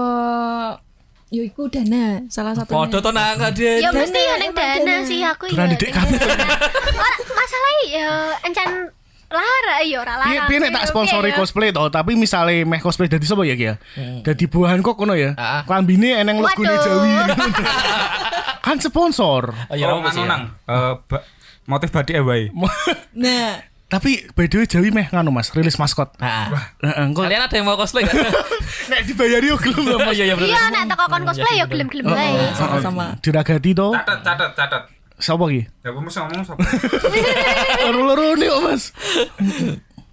yo iku dana salah satunya. Podo to nang Ya kadhe. mesti ya Dana, neng emang dana dana. sih aku ya. Berani dek kamu. Ora masalah ya encan lara ya ora Piye lara. iya. piye nek tak sponsori ya. cosplay toh, tapi misalnya meh cosplay dari sapa ya Ki ya? Dari buahan kok ngono ya. Hmm. Ah, ah. Klambine eneng logone Waduh. Jawi. Kan sponsor. Oh iya, Ya apa sih, anu ya? nang. Eh, ba- motif badik ya, Bay. Nah, Tapi by the way Jawi meh nganu Mas, rilis maskot. Nah, Heeh, engko kalian ada yang mau cosplay enggak? nek dibayari yo gelem lho, Mas. iya iya Iya nek teko kon cosplay ya gelem-gelem Oh, wae. sama-sama. Diragati to. Catet, catet, catet. Sapa ki? Ya kamu ngomong sapa? Loro-loro nih kok, Mas.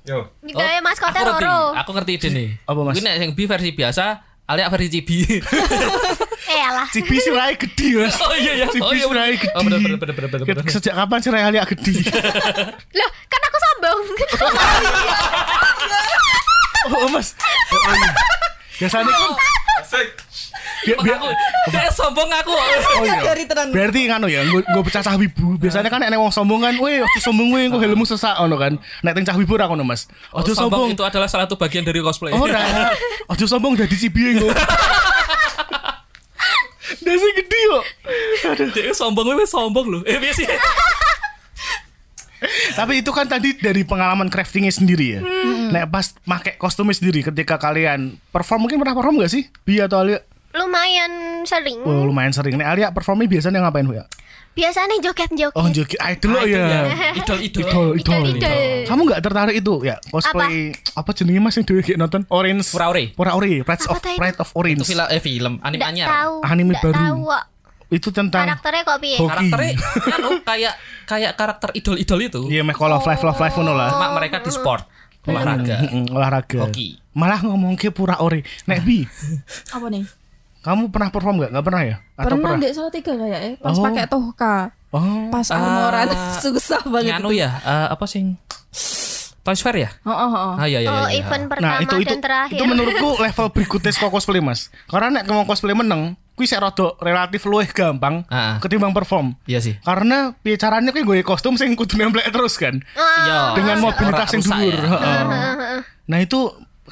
Yo. Gitu ya maskotnya aku ngerti, loro. aku ngerti ide nih. Apa, Mas? Ini nek yang B versi biasa, alias versi cibi. Eh alah. Cipi sirahe gede, Mas. Oh iya ya. Cipi Oh iya sirahe gede. Oh bener bener bener bener bener, bener. Sejak kapan sirahe Alia gede? Loh, kan aku sombong. Oh, Mas. Oh, iya. Biasanya kan bi- bi- Aku kayak sombong aku. Oh iya. Dari tenan. Berarti kan ya, gue pecah cah wibu. Biasanya kan nek wong sombong kan, weh, ojo sombong weh, engko helmmu sesak ono kan. Nek teng cah wibu ra ngono, Mas. Oh, Ojo sombong. Oh, itu adalah salah satu bagian dari cosplay. Ora. Ojo sombong dadi cibi engko. Dasi gede yo. Dia sombong wis sombong loh. Eh biasa. Tapi itu kan tadi dari pengalaman craftingnya sendiri ya. Nek pas make kostumnya sendiri ketika kalian perform mungkin pernah perform gak sih? Bi atau Alia? Lumayan sering. Oh, lumayan sering. Nek Alia performnya biasanya ngapain Bu, ya? Biasanya joget-joget. Oh, joki idol lo ya. Idol idol. Idol, idol. Idol-idol. Kamu gak tertarik itu ya cosplay apa, jenenge Mas yang dhewe gak nonton? Orange. Pura Ore. Pura Ori, Pride Apa of tuh itu? Pride of Itu Orange. film eh film anime Nggak anyar. tahu. Anime nggak baru. Oh. Tahu. kok. itu tentang karakternya kok piye? Hoki. karakternya anu kayak kayak karakter idol-idol itu Iya, meh kalau life love life ngono lah. cuma mereka di sport olahraga Mm, olahraga. hoki Malah ngomong ke pura ori. Nek Bi, apa nih kamu pernah perform nggak? Nggak pernah ya? Atau pernah pernah? dek salah tiga kayak eh pas Oh. pakai tohka Oh, pas armoran susah banget anu Ah, ya eh, apa sih Toys Fair ya? oh, oh, oh. Ah iya iya. iya, Oh, iya. event pertama Nah itu itu dan terakhir. itu menurutku level berikutnya saka cosplay mas. Karena nek mau cosplay meneng, kui sik rada relatif luwih gampang Ah. ketimbang perform. Iya sih. Karena piye caranya kui gue kostum sing kudu nemplek terus kan. Ah. Iya. Dengan mobilitas yang Rusak dhuwur. ya. Heeh. Nah itu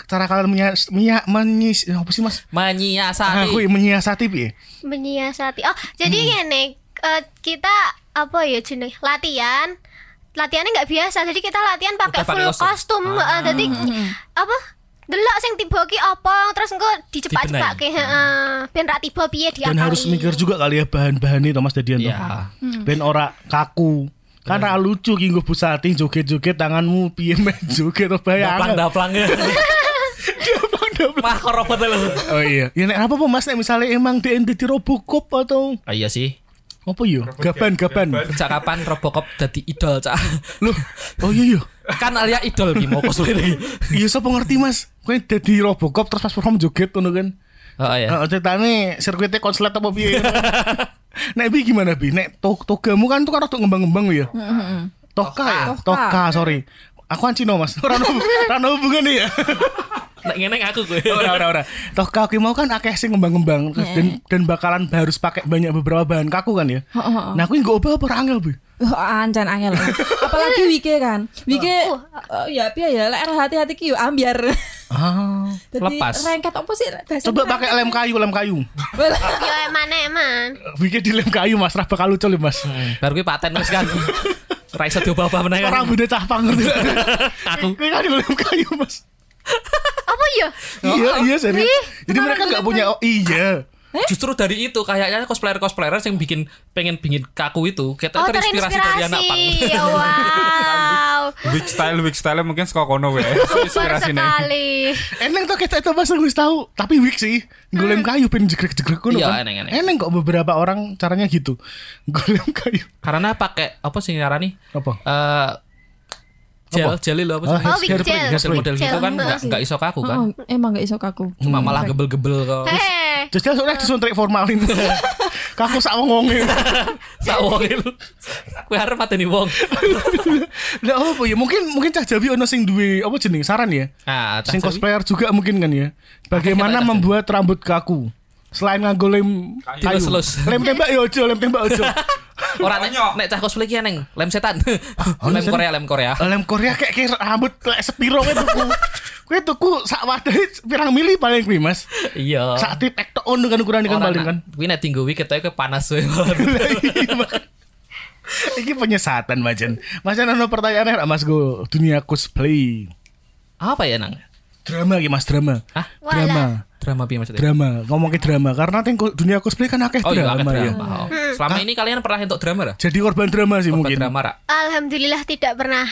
cara kalian menyias, menya, menyis, ya apa sih mas? Menyiasati. Aku menyiasati piye? menyiasati. Oh, jadi Hmm. gini, eh, kita apa ya jeneng latihan latihannya nggak biasa jadi kita latihan pakai Udah pakai Ah. full kostum. kostum eh, jadi apa delok sing tiba ki apa terus engko dicepak-cepak ke heeh Hmm. ben ra tiba piye dia Dan harus mikir juga kali ya bahan-bahannya Thomas Dadian Iya. Ben ora kaku. Kan ra lucu ki nggo busati joget-joget tanganmu piye meh joget apa ya. Daplang daplang ya. Mah korobot lu. Oh iya. Ya nek apa po Mas nek misale emang DND di Robocop atau Ah, iya sih. apa iya? yo? Gaban-gaban. Sejak kapan Robocop jadi idol, Cak? Loh, oh iya iya. Kan alia idol ki mau cosplay lagi. Iya sapa ngerti Mas? Kowe dadi Robocop terus pas perform joget ngono kan. Oh iya. Heeh, ceritane sirkuitnya konslet apa piye? Nek bi gimana bi? Nek to togamu kan tuh kan rada ngembang-ngembang ya. Toka ya? Toka. Toka, sorry. Aku kan Cino mas, rano rano hubungan ya. Nek ngene aku gue. Ora ora ora. Toka aku mau kan akeh sing ngembang-ngembang terus dan dan bakalan harus pakai banyak beberapa bahan kaku kan ya. Nah aku nggak obah apa ora angel bi. Oh, ancan angel. Apalagi Wike kan. Wike eh, ya piye ya lek hati-hati ki yo ambiar. Ah. Dadi Lepas. Rengket apa sih? Bahasa Coba rengket. pakai lem kayu, lem kayu. Wala- yo emane eman Bikin di lem kayu mas, rah bakal lucu lho, mas. Baru gue paten wis kan. Ra iso diubah-ubah meneh kan. Orang bunda cah pangur tuh. Aku. Ini kan di lem kayu mas. apa ya Oh, Iya iya serius. Jadi mereka nggak punya oh, iya. Justru dari itu kayaknya cosplayer-cosplayer yang bikin pengen bikin kaku itu kita oh terinspirasi dari anak pang. terinspirasi Ya, wow Weak style, weak style mungkin sekolah kono wae. super Inspirasi nih. sekali Eneng tuh kita itu mas nggak tahu. Tapi wik sih. Golem kayu pengen jegrek-jegrek kuno Hmm. Iya, kan. eneng, eneng. Eneng kok beberapa orang caranya gitu. Golem kayu. Karena pakai apa sih ngarani? Apa? Eh gel, gel lo apa sih? Oh, wig gel. Model model Gel. gitu kan Heeh. nggak nggak iso kaku kan. Oh, emang gak iso kaku. Cuma malah gebel-gebel kok. Hei, Terus dia kan soalnya disuntik formalin. Kaku sak ngomongnya. Sak wong lu. Kowe arep mateni wong. Lah apa ya? Mungkin mungkin cah Jawi ono sing duwe apa jeneng saran ya? Nah, Sing tak- cosplayer juga mungkin kan ya. Bagaimana Pakai kita, membuat rambut kaku? Selain nganggo lem kayu. Dilus-lus. Lem tembak ya ojo, lem tembak ojo. Orang nek, nek cah cosplay ki neng lem setan. Oh, lem setan? Korea, lem Korea. Oh, lem Korea kayak kayak rambut lek sepiro kowe tuku. Kowe tuku sak wadahe pirang mili paling kuwi, Mas. Iya. Sak titik tok ono kan ukurane kan Orang paling kan. nak- Kuwi nek tinggu wiki ketoke panas we. Lah, iya, Mas. Iki penyesatan Majen. Majen ono pertanyaannya nggak, Mas Go dunia cosplay. Apa ya nang? Drama iki Mas drama. Hah? Drama. Drama piye maksudnya? drama ngomong ke drama karena teng dunia cosplay kan akeh Oh iya, drama, drama. ya drama. Oh. Selama ini kalian pernah untuk drama ra? jadi korban drama sih Buat mungkin drama ra? alhamdulillah tidak pernah.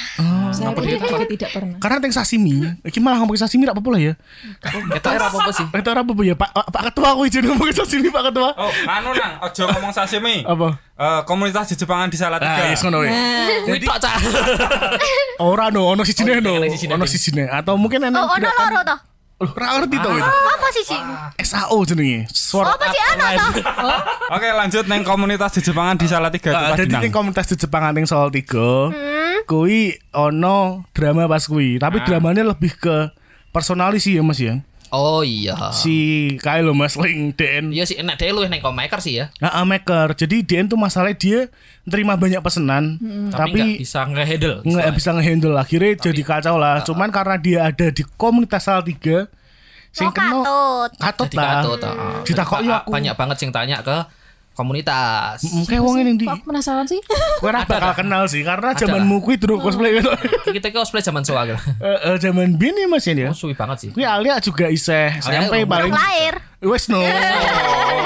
Saya pun juga tidak pernah. karena teng sashimi iki malah ngomong sashimi rak apa lah ya Ketoke ra apa-apa sih. itu apa ya pak pak ketua aku izin ngomong sashimi pak ketua Oh, anu nang, ojo ngomong sashimi. apa Eh, komunitas di Jepangan di Ah, Salatiga. yes, ngono ya. Eh. Kuwi tok cah. Ora no, ono sijine no, Oh, iya, iya, ono iya. sijine atau mungkin enak kan- Oh, ono loro toh. Ora ngerti to Ah. itu. Apa sih sih? SAO jenenge. Sword Apa sih ono toh? Oke, lanjut neng komunitas di Jepangan di Salatiga Ah, Tumpah Jadi Dinang. ning komunitas di Jepang anting soal Hmm. 3 Kui ono drama pas kui Tapi Ah. dramanya lebih ke personalis sih ya mas ya Oh iya. Si Kylo Mas Link DN Iya sih enak deh lu neng komaker sih ya. Nah, uh, maker. Jadi DN tuh masalahnya dia nerima banyak pesanan, Tapi nggak tapi bisa ngehandle. Ah, nggak bisa ngehandle akhirnya jadi kacau lah. Cuman karena dia ada di komunitas salah tiga, sing Oh, katut. katut Jadi lah. katut, heeh. Ditakoki Jadi, aku. Hmm, Banyak banget sing tanya ke komunitas. Kayak wong ini di, Kok aku penasaran sih? kowe ora bakal kenal sih karena Ada Hmm. zamanmu kuwi durung cosplay gitu. Kita ke cosplay zaman soal gitu. Heeh, zaman bin ya Mas ini ya. Oh, suwi banget sih. Kuwi Alia juga iseh SMP belum paling Belum lahir. wes no.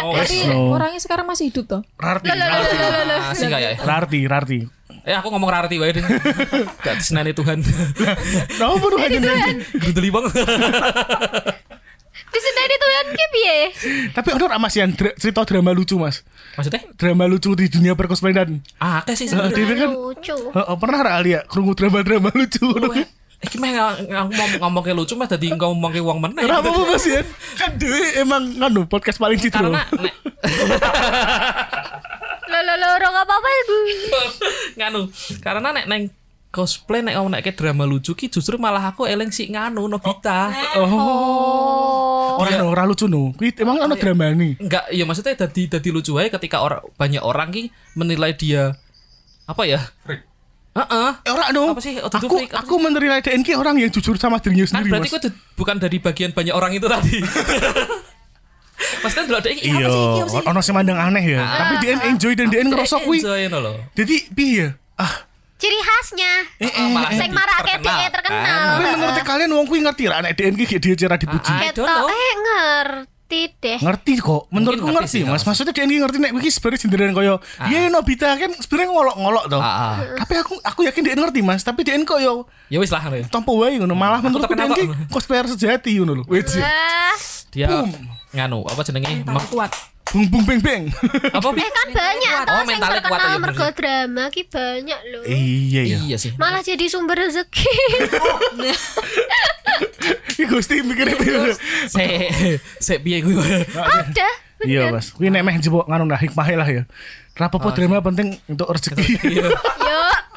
Tapi no. orangnya sekarang masih hidup toh. Rarti, Ah, sih kayak. rarti, rarti. Eh aku ngomong rarti wae deh. Gak disenani Tuhan. kan. Nah, baru aja nih. Gerudeli bang. Diseneni tuyan ki piye? Tapi ono ra Mas Yan dra- cerita drama lucu Mas. Maksudnya? Drama lucu di dunia percosplayan. Ah, akeh sih Heeh, sebenarnya. dhewe kan Lucu. Oh. Heeh, pernah ra Alia krungu drama-drama lucu ngono Weh, Eh, Iki meh aku mau ngomongke lucu meh dadi ngomongke wong meneh. Kenapa apa Mas Yan? Kan dhewe emang nganu podcast paling citro. Karena nek Lo lo lo ora apa-apa ya, Bu. nganu, karena nek neng cosplay nek ngomong ke drama lucu ki justru malah aku eling si nganu Nobita. Oh. Ora iya. no, ora lucu no. Kuwi emang ono drama nih. Enggak, ya maksudnya dadi dadi lucu aja ketika orang banyak orang ki menilai dia apa ya? Freak. Heeh. Eh, Ora no. Apa sih? Otot Aku freak, apa aku menerima DNK orang yang jujur sama dirinya Kan sendiri berarti Mas. kue tuh bukan dari bagian banyak orang itu tadi. Maksudnya dulu ada ini apa Iya, sih? Ah. ono sing mandang aneh ya. Tapi dia enjoy dan dia ngerasa kuwi. Enjoy no lo. Jadi piye? ya? Ah, Ciri khasnya. Eh, Malah Ah. Sing jadi marake dhek terkenal. tapi menurut kalian wong kuwi ngerti ra nek DNK kayak dia cara dipuji. I don't know. Ketok eh ngerti deh. ngerti kok menurutku Mungkin ngerti, ngerti sih, mas maksudnya dia ngerti nek wiki sebenarnya jenderan koyo iya Nobita kan sebenarnya ngolok-ngolok toh Ah, ah. tapi aku aku yakin dia ngerti mas tapi dia koyo Ya wis lah ngono ya. tompo wae ngono malah menurutku dia terkenal ini kok. cosplayer sejati ngono lho wis Wah, Dia nganu apa jenenge? Mental kuat. bung bung beng beng Apa Bi? eh kan banyak kuat. toh Oh, sing mentalnya kuat ya, terkenal bener mergo sih. drama ki banyak lho. iya iya Iya sih. Malah jadi sumber rezeki. Ih, Gusti mikirnya Iya, gitu. piye Se se piye kuwi. Ada. iya mas kuwi nek meh jebok nganu lah hikmahnya lah ya Oh, Rapopo iya. drama penting untuk rezeki Yo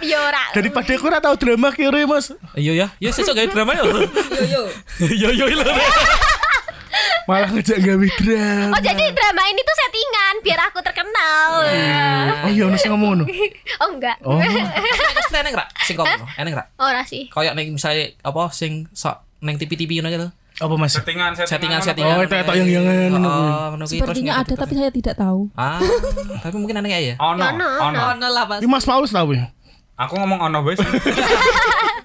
yo ora. daripada aku ora tau drama kiri mas Iya ya. Ya sesuk gawe drama yo. Yo yo. Yo yo lho. malah ngejak gawe drama Oh jadi drama ini tuh settingan biar aku terkenal. oh iya ono sing ngomong ngono Oh enggak. oh Cosplay eneng ra? Sing kok ngono. Eneng ra? Ora sih. Kayak ning misalnya apa sing sok ning TV-TV ngono aja tuh. apa mas Settingan Settingan-settingan. Oh, itu- itu yang- yang- yang- ngono yang- kuwi. Ngono kuwi, terus Sepertinya ngikut- ada tapi saya tidak tahu. Ah, tapi mungkin aneh ya. Ono, Ono, ono. Ono lah mas. Ini Mas Paulus tahu ya? Aku ngomong ono wis.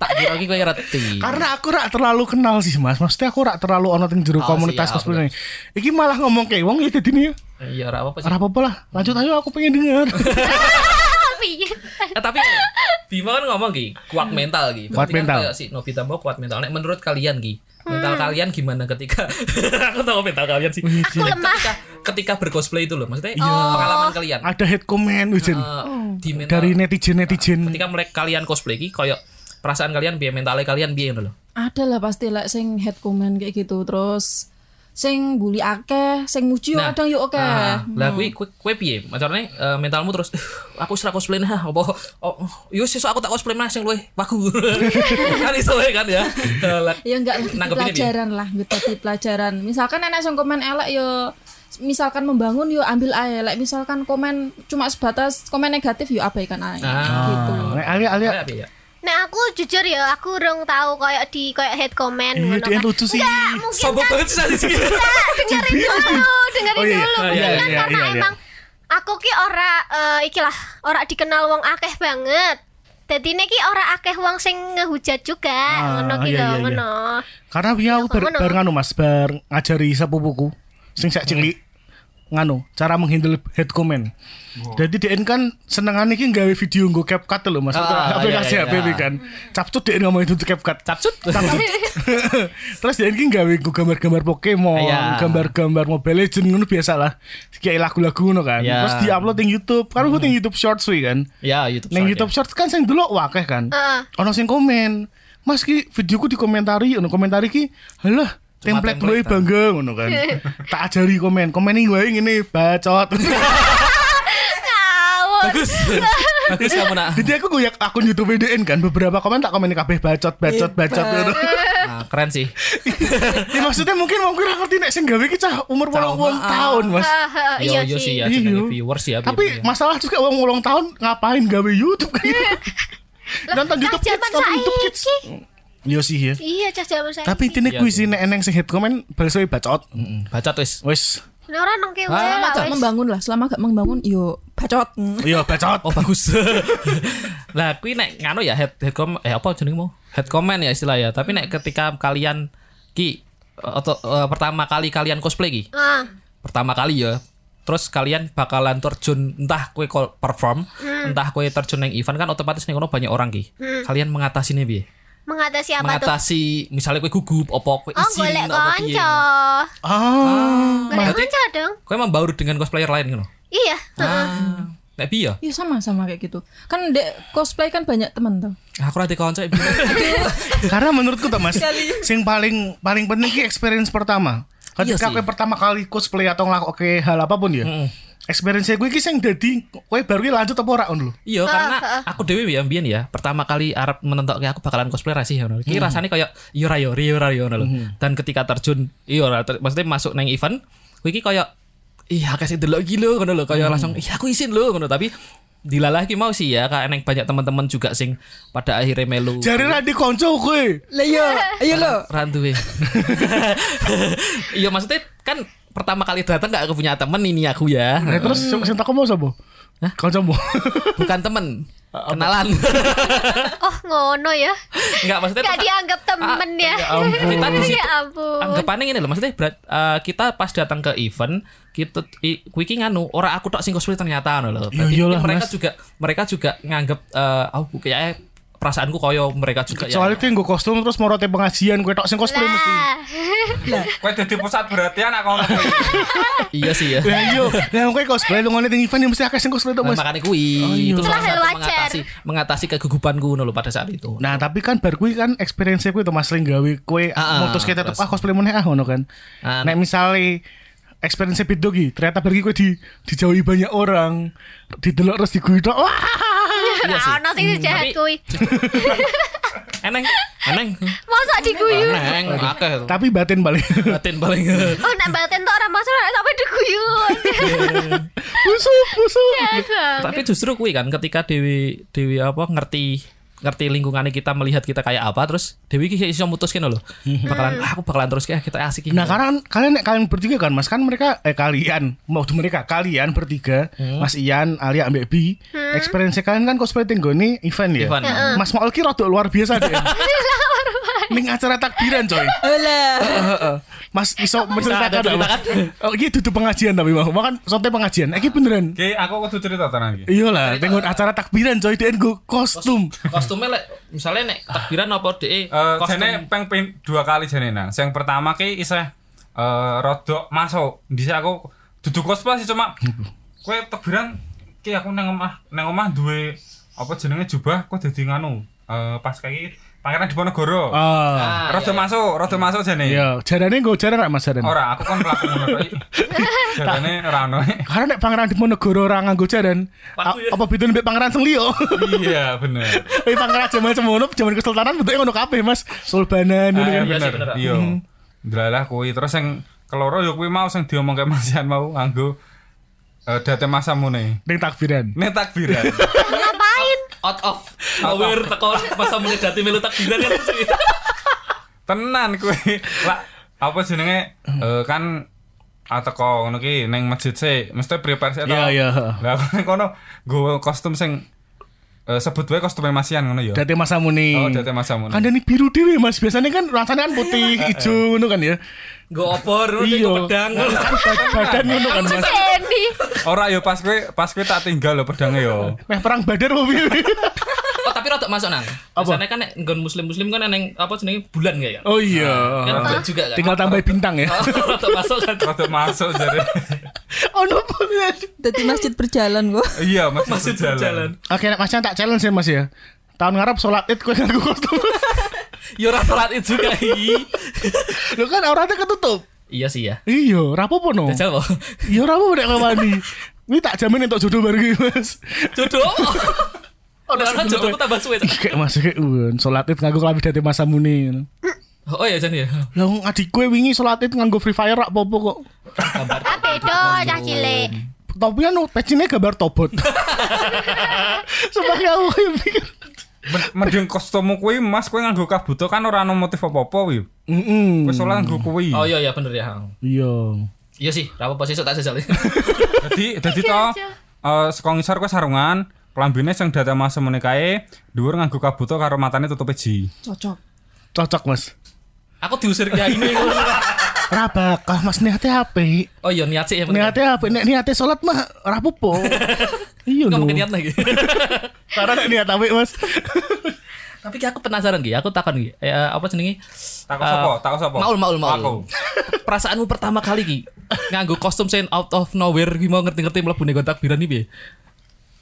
Tak kira iki kowe ngerti. Karena aku rak terlalu kenal sih Mas. Maksudnya aku rak terlalu ono teng jero Oh, komunitas siap, cosplay. ini. Iki malah ngomong kayak wong ya dadi ini ya. Iya, ora apa-apa sih. Ora apa-apa lah. Lanjut ayo aku pengen dengar. Piye? Eh, tapi Bima kan ngomong Ki, Hmm. kuat mental Ki. Kuat Berarti kan mental. kayak Si Nobita mau kuat mental. Nek menurut kalian Ki, Hmm. mental kalian gimana ketika aku tahu mental kalian sih. Aku lemah. Ketika, ketika bercosplay itu loh, maksudnya Oh. pengalaman kalian. Ada head comment Ujen Eh, di mental, dari netizen-netizen. ketika mereka kalian cosplay Ki, kayak perasaan kalian biar mentalnya kalian biar ngono loh. Ada lah pasti lah sing head comment kayak gitu terus sing bully akeh, sing muji yo kadang yo oke. Ah, Lah kuwi kuwi kuwi piye? Macarane eh, mentalmu terus "Eh, aku wis ra cosplay nah apa oh, yo sesuk aku tak cosplay nah sing luwih wagu. kan iso wae kan ya. Eh, lah, Ya enggak lah, dadi Nanggepinnya piye? pelajaran lah, gitu dadi pelajaran. Misalkan enak sing komen elek yo misalkan membangun yo ambil ae, Lek misalkan komen cuma sebatas komen negatif yo abaikan ae. Ah. Gitu. Nah, Alia Alia Kayak piye ya? Nah aku jujur ya, aku rong tahu kayak di kayak head comment. Iya, ngono dia kan. lucu sih. Enggak, mungkin Sombong kan- banget sih tadi sih. Enggak, dengerin dulu, Oh, dengerin iya, iya. dulu. Oh, iya, Mungkin iya, kan iya, karena iya, iya. emang aku ki ora eh, iki lah, ora dikenal wong akeh banget. Jadi ini ki ora akeh wong sing ngehujat juga, Ah, ngono ki iya, lho, iya, iya. ngono. karena dia aku bar ngono. bar nganu Mas, bar ngajari sepupuku sing sak cilik nganu cara menghandle head comment. Jadi DN kan senengane iki gawe video nggo CapCut lho Mas. Ah, Aplikasi iya, iya, HP iya. kan. Capcut DN ngomong itu CapCut. Capsut. Terus dia ini gawe nggo gambar-gambar Pokemon, Iya. gambar-gambar Mobile Legend ngono biasa lah. Kayak lagu-lagu ngono kan. Iya. Hmm. Terus di-upload ning YouTube. Kan aku ning YouTube Shorts wih kan. Ya YouTube. Ning sorry. YouTube Shorts kan sing delok wakeh kan. Heeh. Ono sing komen, "Mas ki videoku dikomentari, ono komentari ki, halah Cuma template wae template kan." bangga ngono kan. tak ajari komen, komen iki wae ngene bacot. Ngawur. Bagus. Bagus kamu nak. Jadi aku goyak akun YouTube DN kan beberapa komen tak komen kabeh bacot bacot Iya, bacot ngono. Nah, keren sih. ya maksudnya mungkin wong kira ngerti nek sing gawe ki cah umur 80 tahun, Mas. Ah, ah, Yo Iya yo sih sih. ya Iya. jenenge viewers ya. Tapi biar- masalah juga uang ulang tahun ngapain gawe YouTube kan? Iya. Nonton YouTube cah Kids, zaman nonton YouTube Kids. saiki. Iya sih ya. Iya, cah zaman saya. Tapi ini Iya kuis sih nek eneng sing head comment balesoi bacot. Mm, bacot wis. Wes. ora nang kewe Ah, lah. macam wes. Membangun lah, selama gak membangun yo bacot. Hmm. Iya bacot. Oh bagus. Lah kuwi nek ngano ya head head comment eh apa jenenge mau? Head comment ya istilah ya. Tapi nek ketika kalian ki atau eh, pertama kali kalian cosplay ki, Ah, pertama kali ya terus kalian bakalan terjun entah kue ko- Hmm. perform entah kue terjun yang event kan otomatis nih kono banyak orang ki kalian mengatasinya bi mengatasi Hmm. apa tuh? mengatasi misalnya kowe gugup opo kowe Oh, izin apa golek iya. piye. konco. Ah, Golek berarti- konco dong. Kowe emang baru dengan cosplayer lain ngono. Iya. Ah. Nek piye? Iya sama sama kayak gitu. Kan dek cosplay kan banyak temen tuh. Aku rada kanca piye. karena menurutku tuh mas, sing paling paling penting ki experience pertama. Ketika Iya sih. kowe pertama kali cosplay atau ngelakuin hal apapun ya, experience gue ki sing dadi kowe baru ki lanjut apa ora ngono lho. Iya karena aku dewe ya mbiyen ya pertama kali Arab menentok aku bakalan cosplay ra sih ngono. Ki rasane kayak yo ra yo yo ra yo ngono lho. Dan ketika terjun iya ra ter- maksudnya masuk nang event kuwi ki kayak iya kasih delok iki lho ngono lho kayak langsung iya aku izin lho ngono tapi dilalah ki mau sih ya kayak neng banyak teman-teman juga sing pada akhirnya melu Jare ra di konco kowe. Lah iya, iya lo. randuwe. Iya maksudnya kan pertama kali datang gak aku punya temen ini aku ya. Nah, terus sing sing takon mau sapa? Hah? Kancamu. Bukan temen, kenalan. Oh, ngono ya. Enggak maksudnya kan- Ah, Gak terus- dianggap temen ya. Kita di situ Ya ampun. anggapannya gini loh maksudnya berat eh, kita pas datang ke event kita i, kuwi ki nganu ora aku tok sing cosplay ternyata ngono lho. Berarti iyalah, mereka Mas. juga mereka juga nganggep eh aku kayak perasaanku koyo mereka juga ya. Soalnya ki nggo kostum terus morote pengajian kowe tok sing cosplay mesti. Lah, Kowe jadi pusat perhatian aku ngono kuwi. Iya sih ya. Ya iya, lah kowe cosplay lu ngene event ya mesti akeh sing cosplay tok Nah, Mas. Oh, makanya kui itu salah Itulah satu hal wajar. mengatasi mengatasi kegugupanku ngono lho pada saat itu. Nah, tapi kan bar kuwi kan experience kuwi to Mas sering gawe kowe Ah, mutus kita tetep terus. ah cosplay meneh ah ngono kan. Ah, Nek misale experience beda ki, ternyata bar ki kowe di dijauhi banyak orang, didelok terus digui tok. Wah. Iya sih. ono sing jahat tapi- kuwi. Eneng, eneng. Nah. Mosok diguyu. Eneng akeh. Tapi batin balik. Batin paling Oh, nek batin tok ora masuk ora sampe diguyu. Iya, busuk, busuk. tapi justru kui kan ketika Dewi Dewi apa ngerti ngerti lingkungannya kita melihat kita kayak apa terus Dewi ki iso mutuskin loh bakalan "Ah, aku bakalan terus kayak kita asik Mhm. Nah, karena kalian kalian bertiga kan, Mas kan mereka eh kalian, mau mereka kalian bertiga, Hmm. Mas Ian, Alia, Mbak Bi, experience kalian kan cosplay tenggone event ya. Event. Heeh. Mas Maul ki rada luar biasa deh. Ning acara takbiran coy. Olah. Eh, Mas iso menceritakan ada apa? Oh, iki dudu pengajian tapi mau. Makan santai pengajian. Iki beneran. Ki aku kudu cerita tenan iki. Iyalah, tengok acara takbiran coy, dia nggo kostum. kostumnya lek misalnya nek takbiran apa de Eh kostum jane peng peng- dua kali jane nah. Yang pertama ki isih eh rodok masuk. Dhisik aku duduk cosplay sih cuma kowe tebiran ki aku nang omah nang omah duwe apa jenenge jubah kok dadi nganu. Eh pas kayak Pangeran Diponegoro. Ah. Ah, Rodok masuk, rodok masuk jane. Iya, jarane nggo jarane ra Mas Jaran. Ora, aku kan pelaku ngono tok. Jarane ora ono. Karena nek Pangeran Diponegoro ora nganggo jaran, a- Paku ya. apa beda mbek Pangeran sing liya? Iya, bener. Eh Pangeran zaman semono, zaman kesultanan bentuknya ngono kabeh, Mas. Sulbanan ngono Ah, kan. Iya sih, bener. bener. Iya. Hmm. Delalah kuwi terus yang keloro yo kuwi mau sing diomongke Mas Ian mau nganggo eh date masamune. Ning takbiran. Nek takbiran. Ngapain? out of nowhere teko masa mendekati melu takbiran kan sih Tenan kuwi. Lah apa jenenge eh kan ah teko ngono ki ning masjid sik, mesti prepare sik Iya, iya. Lah aku ning kono nggo kostum sing eh, sebut wae kostume Mas Ian ngono yo. Date Mas Amuni. Oh, date masamune. Kandani biru dhewe, Mas. Biasanya kan rasanya kan putih, hijau ngono kan ya. gue opor Iya. gue pedang Kan bad- badan ngono kan, Mas. Jenny. Ora yo pas kuwi pas kuwi tak tinggal lho pedange yo. Meh perang badar apa piye? oh tapi rodok masuk nang biasanya kan nek nggon muslim muslim kan neng apa jenenge bulan kayak Oh iya. kan rodok juga kan Tinggal tambah bintang ya. rodok masuk kan Rodok masuk jare. oh no. Oke, Dadi masjid berjalan gua. Iya, masih, masih berjalan. berjalan nek Mas Chan tak challenge ya Mas ya. Tahun ngarep sholat id kowe nganggo kostum. Yo ora salat id juga i. Lho kan aurate ketutup. Iya sih ya. Iya, rapopo no. Jajal kok. Iya rapopo nek kawani. Ini tak jamin untuk jodoh baru iki Mas. Jodoh. Udah sebelum kan gue. jodohku tambah suwe. Ih, Kayak Mas kayak uan sholat id nganggo klambi dadi Mas Amuni. Oh iya Jan ya. Lah wong adik kowe wingi sholat id nganggo Free Fire rak popo kok. Gambar. Ah, beda cah cilik. Tapi kan pecine gambar tobot. Sebagai aku yang mikir. Men- Mending kostummu kuwi Mas kowe nganggo kabuto kan ora ono motif apa-apa kuwi. Mm-mm. Kowe soalnya nganggo kuwi. Oh iya iya bener ya. Hang. Iya. Iya sih, ra apa sesuk tak jajal. Dadi dadi to eh saka ngisor kowe sarungan, klambine sing data mas menikae, dhuwur nganggo kabuto karo matane tutup eji. Cocok. Cocok Mas. Aku diusir kayak ini. Rabakah Mas niate apik. Oh iya niat sih ya. bener. niate apa nek niate salat mah rapopo iya lho Nggak mungkin niat lagi. karena nek niat apik mas Tapi aku penasaran Ki, aku takon Ki. Eh, apa jenenge? Takut Eh, sopo? Takut sopo? Maul, maul, maul. Aku. Perasaanmu pertama kali Ki nganggo kostum Saint out of nowhere Ki mau ngerti-ngerti mlebu ning kotak biran iki piye?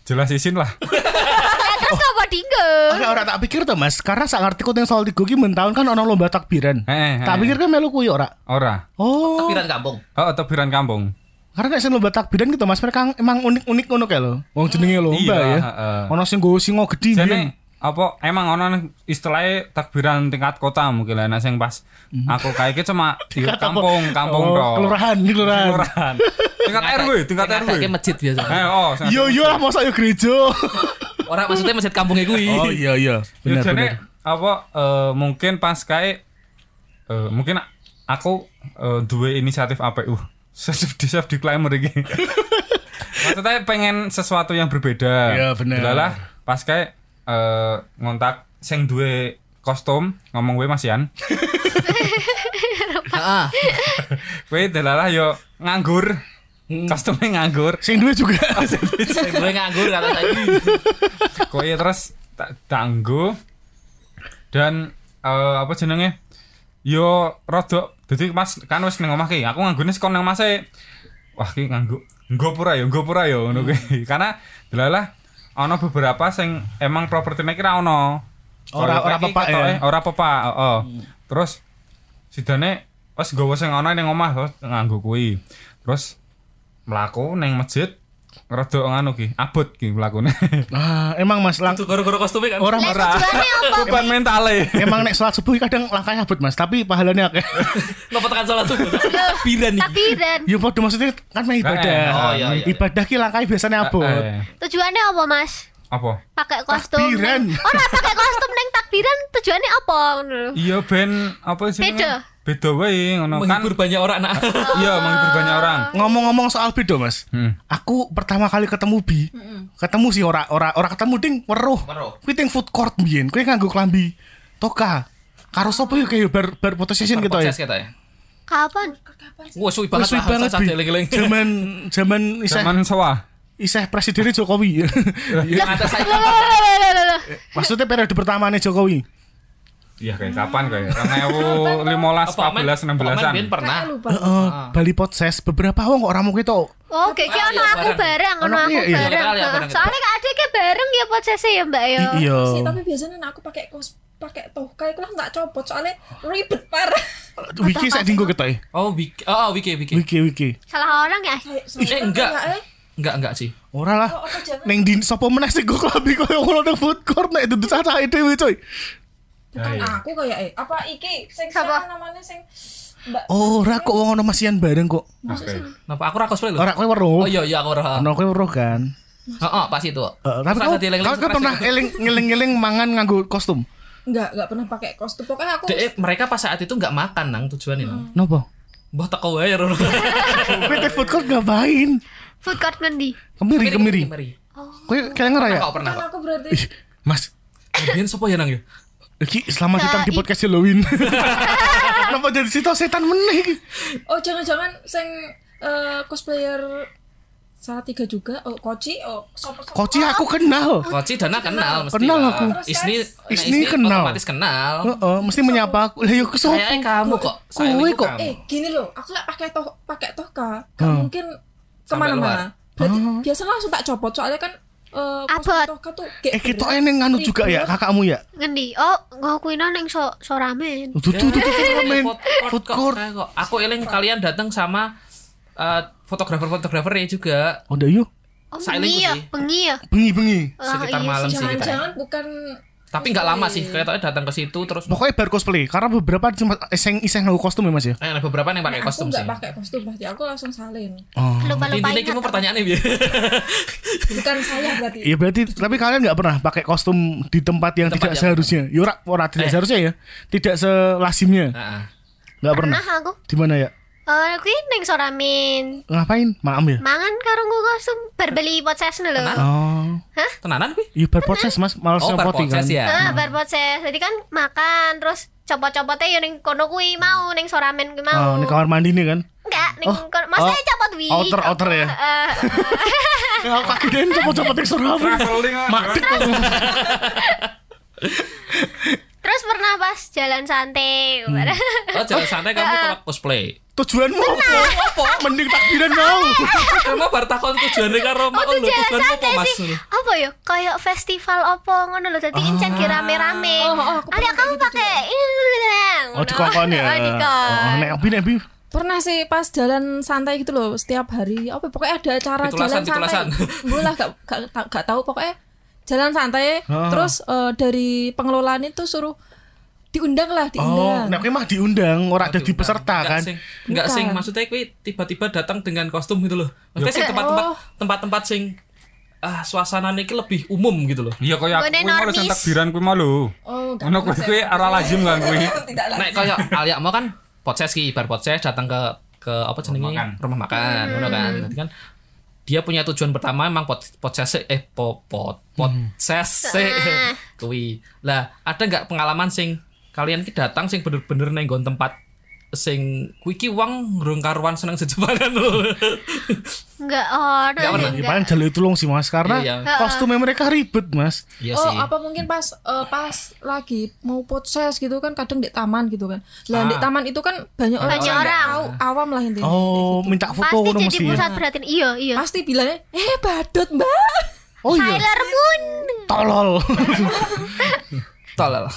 Jelas isin lah. Lah terus ngapa dinggo? Oke, orang tak pikir tuh mas, karena saat ngerti kok yang soal tiga ki mentahun kan ono lomba takbiran. Eh, eh, tak eh. pikir kan melu kuyo ora. Ora. Oh, Takbiran kampung. Oh, tebiran kampung. karena nek sing lomba takbiran gitu mas mereka emang unik-unik ngono kae lho. Wong jenenge lomba Iya, ya. heeh. Ono sing nggo singo gedhi Iya. biyen. Jadi apa emang ono istilahnya takbiran tingkat kota mungkin lah. Nah, sing pas Mhm. aku kayak gitu cuma di kampung, Oh, kampung toh. kelurahan, kelurahan. Kelurahan. Tingkat RW, tingkat RW. Kayak masjid biasa. Eh, oh, sing- Yo yo lah Iya, mosok yo gereja. Orang maksudnya masjid kampungnya kuwi. oh iya iya. Ya, Benar jadi, benar. apa eh, mungkin pas kayak eh, mungkin aku eh, duwe inisiatif APU self di self declaimer iki. Maksudnya pengen sesuatu yang berbeda. Iya, bener. Dalalah, pas kayak eh, ngontak sing duwe kostum ngomong gue Mas Yan. Heeh. Kowe dalalah yo nganggur. Hmm. Kostumnya nganggur. Sing duwe juga. Gue nganggur kata saya. koe iya, terus tak tanggo dan eh, apa jenenge yo rada dadi mas kan wis ning omah ki aku nganggone sekon nang mas e wah ki nganggo nggo pura yo nggo pura yo ngono Hmm. kuwi karena delalah ana beberapa sing emang propertine ki ra ono Ora- ora Kaya ki pepak ya? Hmm. ketoke ora pepak heeh terus sidane wis nggowo sing ana ning omah terus nganggo kuwi terus mlaku ning masjid rada nganu ki abot ki mlakune Nah, emang Mas lang Itu gara-gara kostumnya kan. orang Lah tujuannya apa? Beban mentale. emang nek sholat subuh kadang langkahnya abot Mas, tapi pahalanya akeh. Ngepetekan sholat subuh. Biran iki. Takbiran. Yo padha maksudnya kan meh ibadah. Eh, oh, iya, iya, iya. Ibadah ki langkahnya biasanya abot. Eh, Tujuannya apa, Mas? Apa? Pakai kostum. Takbiran. neng- Ora pakai kostum neng takbiran tujuannya apa ngono lho. Iya ben apa sih? Beda. Beda wae Nah, ngono kan. Menghibur banyak orang Nah, nak. Iya, menghibur banyak orang. Ngomong-ngomong soal bedo Mas. Hmm. Aku pertama kali ketemu Bi. Ketemu sih ora ora ora ketemu ding weruh. Weruh. Kuwi teng food court mbiyen, kuwi nganggo klambi toka. Karo sapa yo kayak bar bar foto session gitu ya. Podcast kita ya. Kapan? Wah, Wis suwi banget. suwi banget Bi. Zaman zaman isih Zaman sewa. isih presidennya Jokowi. Yang Iya. atas saya Loh, loh, loh, loh, loh, loh. Maksudnya periode pertamanya Jokowi. Iya kayak kapan kayak? Karena 15, 14, 16 an. Iya, Ben pernah. Kayak lupa. Heeh, Bali Podses beberapa wong kok ramu kita Oh, Oke, ki ono aku bareng, ono Ono aku iya, iya. bareng. Iya, iya, bareng. Soalnya kak adek ki bareng ya prosesnya ya, Mbak ya. I- iya. Sih, tapi biasanya anak aku pakai kos pakai toka itu lah nggak copot soalnya ribet parah. Wiki saya dinggo kita ya. Oh, Wiki. Oh, Wiki, Wiki. Wiki wiki. Salah orang ya. Kayak soalnya Eh, enggak. kayak, eh, Enggak, enggak sih. Ora lah. Oh, apa jangan? Neng di sapa meneh sing gue klambi koyo ngono nang food court nek dudu cacahe dhewe coy. Nah, Bukan iya. aku kayak eh apa iki sing siapa Siapa? namanya sing Mbak Ora kok wong ono masian bareng kok. Oke. Napa aku ra cosplay lho? Ora kowe weruh. Oh iya iya aku ora. Ono kowe weruh kan. Heeh, pas itu. Eh, tapi Pas kamu, nanti eling-eling kamu kamu surprise pernah itu. eling ngiling-ngiling mangan nganggo kostum. enggak enggak pernah pakai kostum pokoknya aku Dek, eh, mereka pas saat itu enggak makan nang tujuannya nang. Nopo? Mbah teko wae ya, ro. PT food court ngapain? Food court nanti. Kemiri kemiri. Kowe kalian ngera ya? Kok pernah kan kok. aku berarti Ih, Mas, Kemudian sapa ya nang ya? Iki selamat datang di podcast Halloween. Kenapa jadi situ setan meneh iki? oh jangan-jangan sing eh, cosplayer salah tiga juga oh koci oh sopo sopo Koci aku kenal. Koci Dana kenal mesti. Kenal lah. aku. Isni nah, Isni kenal. Otomatis kenal. Heeh, mesti menyapa aku. Lah yo ku sapa? Kayaknya kamu kok. Kowe Sailingku kok. Hmm. kamu. eh gini loh aku nggak pakai toh pakai toka gak mungkin luar. kemana-mana berarti biasanya langsung tak copot soalnya kan eh, kostum Abot. toka tuh Eh kita eneng nganu juga ya kakakmu ya. Ngendi? Oh, ngakuin neng so soramen. Tuh tuh tuh tuh ramen Food court food kok, court. kayak kok. Aku eling kalian datang sama eh, fotografer-fotografer ya juga. Oh ndak yo. Oh, Sailingku bengi ya, sih. bengi ya. Bengi-bengi. Lah, Sekitar iya malam sih. sih kita. jangan-jangan bukan Tapi nggak lama sih, kelihatannya datang ke situ terus Pokoknya bar cosplay karena beberapa cuma iseng iseng nganggo kostum ya Mas ya. eh, ada beberapa yang pakai aku kostum sih. nggak pakai kostum berarti aku langsung salin Oh. Intinya Lupa-lupa ingat. kamu pertanyaannya bi. bukan saya berarti Ya berarti tapi kalian nggak pernah pakai kostum di tempat yang tidak yang- seharusnya. Ya ora ora tidak seharusnya ya. Tidak selasimnya. Heeh. Nggak Nah. pernah. Nah, aku Di mana ya? eh kuwi neng soramen. Ngapain? Maam ya. Mangan karo nggo kostum bar beli podcast lho. Oh. Tenanan bi? Ya bar proses Mas, malah Oh, repoti kan. perposes ya. Nah, bar podcast. Jadi kan makan terus copot-copotnya yo ning kono kuwi mau ning soramen kuwi Oh, mau. di kamar mandi nih kan. Enggak, ning Oh, kono. Maksudnya oh, copot Eh, wi. outer-outer ya? Heeh. Ya kaki dia copot-copot yang serabut. Traveling lah. Mati kok. pernah pas jalan santai. Hmm. Oh, jalan santai kamu pernah cosplay. Tujuanmu apa? Mending takbiran mau. Kamu bar takon tujuannya karo mak Aku lho jalan tujuan apa santai Mas? sih. Apa ya? Kayak festival apa ngono lho dadi incan Ah. ki rame-rame. Oh, oh, aku pernah Alia kamu pakai gitu Oh, dikokon ya. Oh, dikon. Oh, nek bi nek bi. Pernah sih pas jalan santai gitu loh setiap hari apa ya, pokoknya ada acara Pitulasan, jalan santai. pitulasan. Gue lah gak, gak, gak- gak tahu pokoknya jalan santai terus eh, dari pengelolaan itu suruh diundang Oh, lah diundang. nek kowe mah diundang ora ada di peserta Enggak kan. sing, enggak sing Bukan. maksudnya kuwi tiba-tiba datang dengan kostum gitu loh. Maksudnya sing tempat-tempat Oh. tempat-tempat sing ah suasana iki lebih umum gitu loh. Iya koyo aku Gone kuwi mau normis. sing takbiran kuwi mau lho. Oh, gak Ngono kuwi kuwi ora lazim kan kuwi. tidak lah. Nek kayak Alia mau kan podcast ki bar podcast datang ke ke apa jenenge makan. rumah makan, ngono kan. Hmm. Berarti kan dia punya tujuan pertama emang pod, podcast eh po, pod podcast Hmm. kuwi. Lah, ada nggak pengalaman sing kalian ki datang sing bener-bener neng nggon tempat sing kuwi ki wong ngrung karuan seneng sejebaran lho. Enggak ono. Enggak pernah. enggak. Ya paling jalur tulung sih Mas karena Iya, kostumnya mereka ribet Mas. Iya oh, apa mungkin pas eh, pas lagi mau podcast gitu kan kadang di taman gitu kan. Lah di taman itu kan banyak orang. Banyak orang. Tahu, awam lah intinya. Oh, minta Pasti foto ngono jadi mesti ya. pusat perhatian. Iya, iya. Pasti bilangnya, "Eh, badut, Mbak." Oh iya, Tyler Moon. tolol. Tol lah.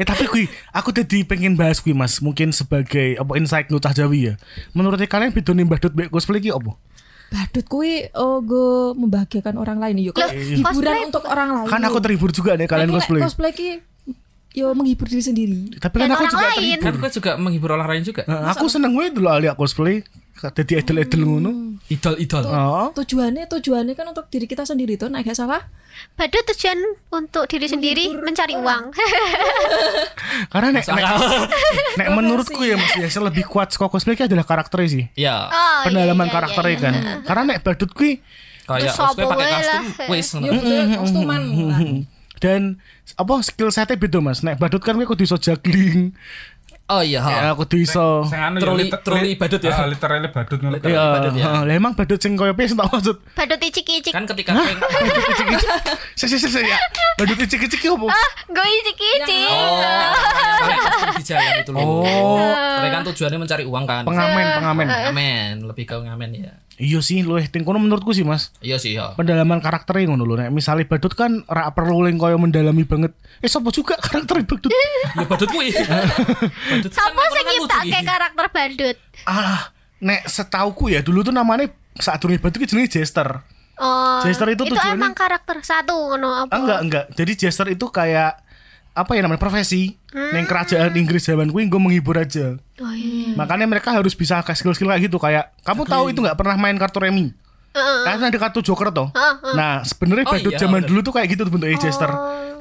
eh tapi kui, aku tadi pengen bahas kui Mas, mungkin sebagai apa insight nutah Jawi ya. Menurut kalian bidone Mbah Dut mbek cosplay iki apa? Badut kui oh go membahagiakan orang lain yo Loh, kayak hiburan cosplay. untuk orang lain. Kan aku terhibur juga deh Tapi kalian nek cosplay. Cosplay ki yo menghibur diri sendiri. Tapi kan Dan aku orang juga lain. terhibur. Kan gue juga menghibur orang lain juga. Nah, aku seneng gue dulu alia cosplay jadi idol-idol ngono. Idol-idol. Oh. Tujuannya tujuannya kan untuk diri kita sendiri tuh, nah gak salah. Badut tujuan untuk diri sendiri mencari Oh, uang. iya. Karena nek nek, nek menurutku ya Mas Yasir lebih kuat saka cosplay ki adalah karakternya sih. Ya. Oh, Pendalaman iya, iya, karakternya iya. kan. Karena nek badut kuwi Kayak Terus cosplay apa pakai wae kostum, lah. wis ngono. Yo betul kostuman. lah. dan apa skill setnya beda Mas. Nek badut kan kuwi kudu iso juggling, Oh iya. ya, ha. kudu iso Sing anu ya, Troli- liter- troli badut ya. Ah, literally badut ngono. Ya, badut ya. lah emang badut sing koyo piye sing tak maksud? Badut icik-icik. Kan ketika kue- Badut icik-icik. Sik sik sik sik, ya. Badut icik-icik ki opo? Ah, gue icik-icik. Oh, kayak custom di jalan itu loh. Oh. Mereka kan tujuannya mencari uang kan. Pengamen, Iya. pengamen. Ngamen, lebih ke ngamen ya. Iya sih, luwih ting kono menurutku sih Mas. Iya sih ya. pendalaman karakternya ngono lho nek misale badut kan ra perlu ling koyo mendalami banget eh sapa juga karakter Iya, badut Ya badut kuwi. Badut kan Sapa ngono sing kan lucu kita iki. kayak karakter badut? ah nek setauku ya dulu tuh namanya saat dulu badut itu jenenge jester Oh, Jester itu tujuannya- emang karakter satu ngono Oh. apa? ah, enggak enggak jadi jester itu kayak apa ya namanya profesi Neng Hmm. kerajaan Inggris zaman kuwi gue menghibur aja Oh, iya. makanya mereka harus bisa kayak skill skill kayak gitu kayak kamu tahu itu nggak pernah main kartu remi Heeh. Kan ada kartu joker toh. Nah, sebenarnya Oh, badut iya, zaman bener. Oh. dulu tuh kayak gitu tuh bentuknya jester.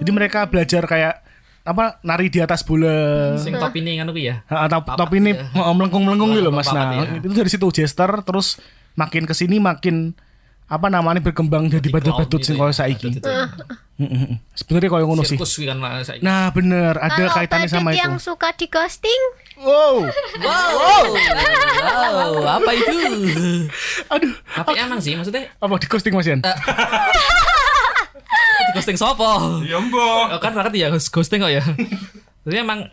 Jadi mereka belajar kayak apa nari di atas bola. Sing top ini kan kuwi ya. Ah, top, top ini mau melengkung-melengkung gitu loh Mas. Papat, Nah, iya. itu dari situ jester terus makin ke sini makin apa namanya berkembang jadi badut-badut gitu sing koyo saiki. Iya. Heeh. Sebenarnya koyo ngono sih. ya, Sirkus kuwi kan lah saiki. Nah, bener ada Kalau kaitannya badut sama itu. yang suka di ghosting, Wow. Wow. Iya. Wow, apa itu? Aduh, Tapi emang sih maksudnya apa di ghosting Mas Eh, Yan? di ghosting sopo? Ya Oh, mbok. kan berarti ya ghosting kok ya. Jadi emang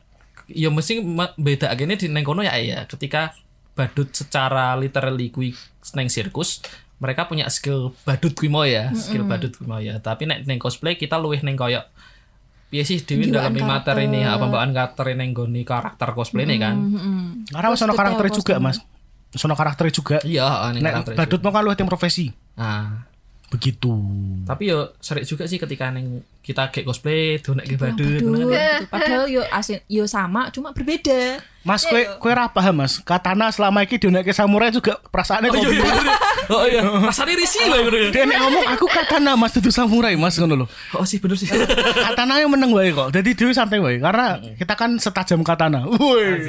ya mesti me- beda akhirnya di neng kono ya ya ketika badut secara literally kui neng sirkus mereka punya skill badut kui mau ya skill badut kui mau ya tapi nek neng cosplay kita luwih neng koyok Iya sih Dewi dalam materi ini apa pembawaan karakter neng goni karakter cosplay ini kan Karena sono karakternya juga Mas. Sono karakternya juga. iya neng Nek karakter badut mau kan lu tim profesi. nah Begitu. tapi yo serik juga sih ketika neng kita kayak cosplay tuh nek kayak badut Badut, ngono kan. gitu. Padahal yo asin yo sama cuma berbeda. Mas, Iya, kue kue ra paham mas. Katana selama ini dionek samurai juga perasaannya oh kok. iya oh iya rasanya risih loh ngono ya. Dia nek ngomong aku katana mas itu samurai mas ngono loh. oh sih bener sih Katana yang menang wae kok. Jadi dia santai wae karena Hmm. kita kan setajam katana. Woi.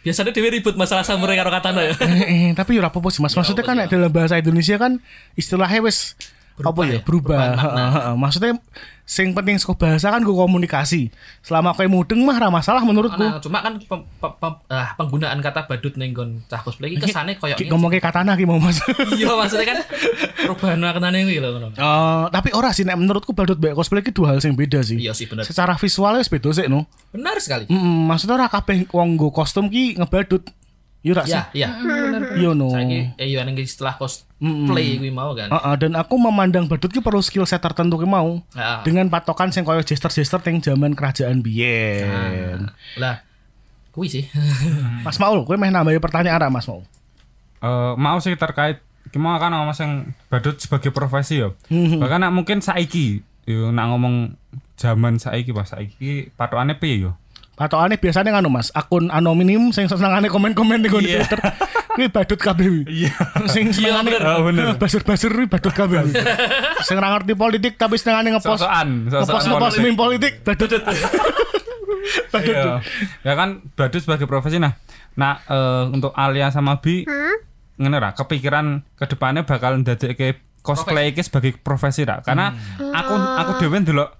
Biasanya Dewi ribut masalah samurai karo katana ya. Eh, eh, tapi ya apa sih mas. Maksudnya kan nek dalam bahasa Indonesia kan istilahnya wes apa ya berubah. Heeh, heeh. Maksudnya sing penting saka bahasa kan gue komunikasi. Selama kowe mudeng mah ra masalah menurutku. Nah, cuma kan pem- pem- pem- ah, penggunaan kata badut ning nggon cah cosplay iki kesane koyo Ki ngomong kayak katana ki mau mas. Iya maksudnya kan perubahan maknane kuwi lho ngono. Eh, tapi ora sih nek menurutku badut mbek cosplay ki dua hal sing beda sih. Iya sih bener. Secara visualnya wis beda sih no. Benar sekali. Mm, maksudnya ora kabeh wong nggo kostum ki ngebadut. Iya ra sih? Iya, iya. Iya no. Saiki eh yo ning setelah cosplay kuwi mau kan. Heeh, Ah, dan aku memandang badut ki perlu skill set tertentu ki mau. Heeh. Ah. Dengan patokan sing koyo jester-jester ting zaman kerajaan biyen. Lah kuwi sih. Ah. Mas Maul, kowe meh nambahi pertanyaan ra Mas Maul? Eh, mau sih terkait mau kan ngomong sing badut sebagai profesi ya bahkan nak mungkin saiki yo nak ngomong zaman saiki pas saiki patokannya piye yo Patokane biasanya nganu Mas, akun anonim sing senengane komen-komen ning yeah. Twitter. Kuwi badut kabeh. Iya. Sing senengane Iya. bener. Oh, bener. basur-basur kuwi badut kabeh. sing ra ngerti politik tapi senengane ngepost sosokan ngepost sosokan ngepost meme politik badut. badut. Iya. ya kan badut sebagai profesi nah nah eh, untuk Alia sama Bi ngene ra kepikiran kedepannya bakal ndadekke cosplay iki sebagai profesi ra karena aku aku dhewe ndelok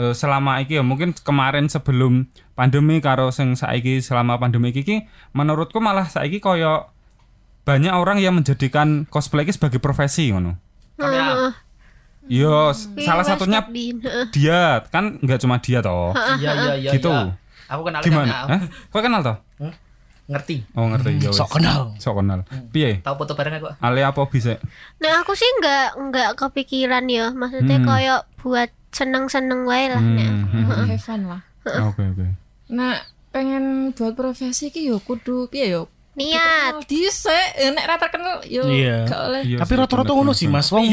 eh, selama iki ya mungkin kemarin sebelum pandemi karo sing saiki selama pandemi iki, iki menurutku malah saiki koyo banyak orang yang menjadikan cosplay iki sebagai profesi ngono. nah, Kamera. Yo, s- salah Mas satunya Robin. iya, Heeh. dia kan nggak cuma dia toh. Iya, iya, iya. Gitu. iya. Aku kenal Gimana? Hah? kenal. Kowe kenal toh? Ngerti. Oh ngerti ya wis. Sok kenal. Sok kenal. Piye? Tahu foto bareng aku. Ale apa bisa? Nah aku sih nggak nggak kepikiran ya, maksudnya Hmm. koyo buat seneng-seneng wae lah. nah. Nek. Hmm. Have fun lah. Oke oke. Nah, pengen buat profesi ki yo kudu piye yo? Niat. Dhisik eh, nek ra terkenal yo Iya. gak oleh. Iya Tapi sih, rata-rata bener, ngono bener, sih bener. Mas. Wong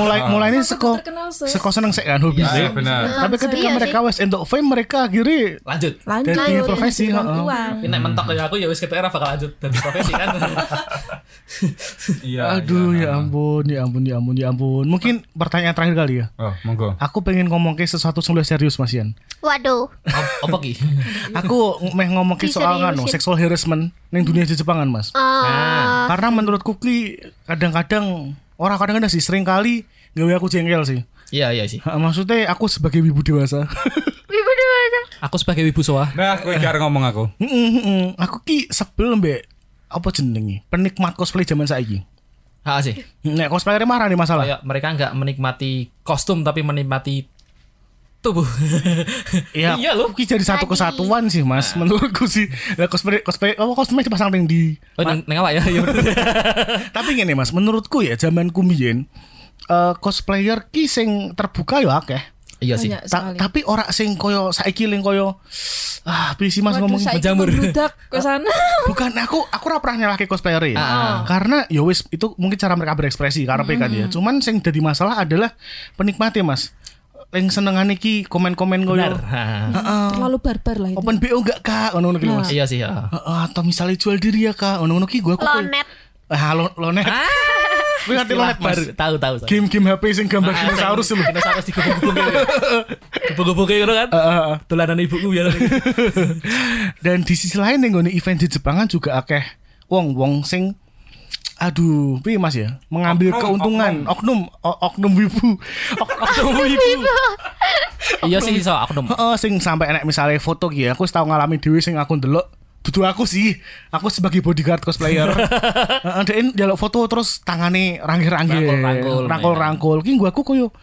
mulai mulai ini seko Terkenal sih. seko seneng sek kan hobi Iya sih. benar. Tapi ketika Iya mereka wes entuk fame mereka akhirnya Lanjut. lanjut Dari profesi, pengen heeh. uang. Ini nek mentok kayak aku ya wis ketek bakal lanjut dari profesi kan. Iya. aduh iya. ya ampun ya ampun ya ampun ya ampun. Mungkin pertanyaan terakhir kali ya. Oh monggo. Aku pengen ngomong ke sesuatu sing luwih serius Mas Yan. Waduh. Op- Apa ki? Aku meh ngomong ke soal nganu seksual harassment ning dunia Jepangan Mas. Nah, Oh, Karena menurutku ki kadang-kadang orang kadang-kadang sih sering kali gawe aku jengkel sih. Iya, iya sih. Ha, Maksudnya aku sebagai wibu dewasa. Aku sebagai wibu soa. Nah, kowe karo ngomong aku. Mm, mm, mm. aku ki sebel mbek apa jenenge? Penikmat cosplay zaman saiki. Ha sih. Nek cosplayer marah nih masalah. Kayak mereka nggak menikmati kostum tapi menikmati tubuh. Iya, Iya loh. aku ki jadi satu kesatuan sih, Mas. Menurutku sih. Lah cosplay cosplay apa cosplay pasang ning di Oh, neng, neng awak ya? Iya, bener. Tapi gini mas, menurutku ya zaman kumien eh cosplayer ki sing terbuka ya akeh. Iya sih. Banyak Ta- sekali. tapi ora sing koyo saiki ling koyo ah piye sih mas Waduh, ngomong saiki menjamur. membludak ke sana. bukan aku aku ora pernah nyalahke cosplayer ya. Karena ya wis itu mungkin cara mereka berekspresi karepe kan ya. Cuman sing jadi masalah adalah penikmatnya mas. Yang senengane ki komen-komen Benar. koyo Ha. Oh. Terlalu barbar lah itu. open BO gak kak ngono-ngono ki lho, mas. Iya sih. ha. Heeh, atau misalnya jual diri ya kak ngono-ngono ki gua aku koyo- lonet. Ah, lo- lonet. Kuwi ngerti lonet mas. Baru- Tahu tahu. tahu. Game-game HP sing gambar dinosaurus lho. Dinosaurus digebuk-gebuk. Gebuk-gebuk gitu kan. Tulanan ibuku ya. Dan di sisi lain nih event di Jepangan juga akeh wong wong sing aduh piye mas ya mengambil Oknum, keuntungan oknum o- oknum wibu Ok- oknum wibu Iya sih so aku nom. Heeh, sing sampai enek misalnya foto gitu ya aku wis tau ngalami dewi sing aku ndelok Dudu aku sih, aku sebagai bodyguard cosplayer. Heeh, Dein jaluk foto terus tangane ranggil-ranggil, Rangkul-rangkul, rangkul-rangkul. Ki gua aku koyo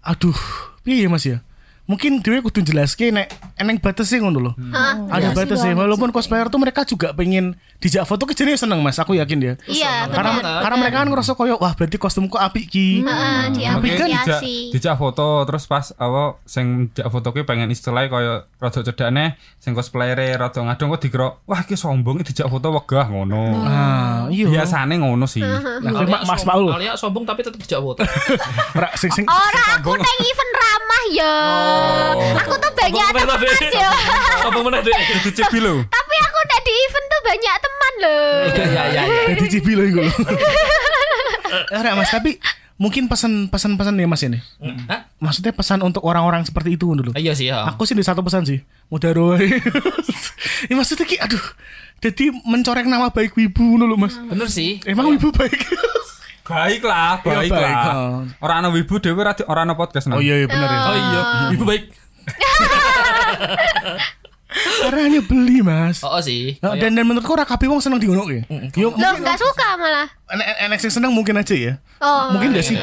aduh, piye ya Mas ya? Mungkin dewe kudu jelaske nek eneng batese ngono lho. Ah, Ada Iya batas sih, walaupun cosplayer tuh mereka juga pengen dijak foto ke jenis seneng Mas, aku yakin ya. Iya, Karena bener. karena mereka kan ngerasa koyo wah berarti kostumku apik ki. kan? Heeh, Oke, dijak, diapresiasi. dijak foto terus pas apa sing dijak foto kuwi pengen istilah koyo rada cedakne sing cosplayer rada ngadung kok dikira wah iki sombong iki dijak foto wegah ngono. Nah, iya. Biasane ngono sih. Nah, Mas- Mas Paul. Alia sombong tapi tetap dijak foto. Ra, sing sing Orang aku teng event ramah ya. Oh. Aku tuh banyak Sombong mana, teman Dek? ya. Sombong mana deh? Itu cepi lho. Tapi aku udah di event tuh banyak teman loh. Iya iya iya. iya. Jadi cipi loh gue. Ora mas tapi mungkin pesan pesan pesan ya mas ini. Hah? Maksudnya pesan untuk orang-orang seperti itu dulu. Iya sih ya. Aku sih di satu pesan sih. Mudah roy. ya maksudnya ki Hmm. aduh. Jadi mencoreng nama baik wibu dulu mas. Bener sih. Emang wibu baik. Baiklah, baik lah. baiklah. Orang ana wibu dhewe ora di- ora ana podcast nang. Oh iya iya bener ya. Oh iya, ibu baik. Karena hanya beli mas. Oh, oh sih. Nah, dan dan menurutku ora kabeh wong seneng diono ya. Yo Loh, mungkin nggak suka malah. enek enek sing seneng mungkin aja ya. Oh. Mungkin gak sih?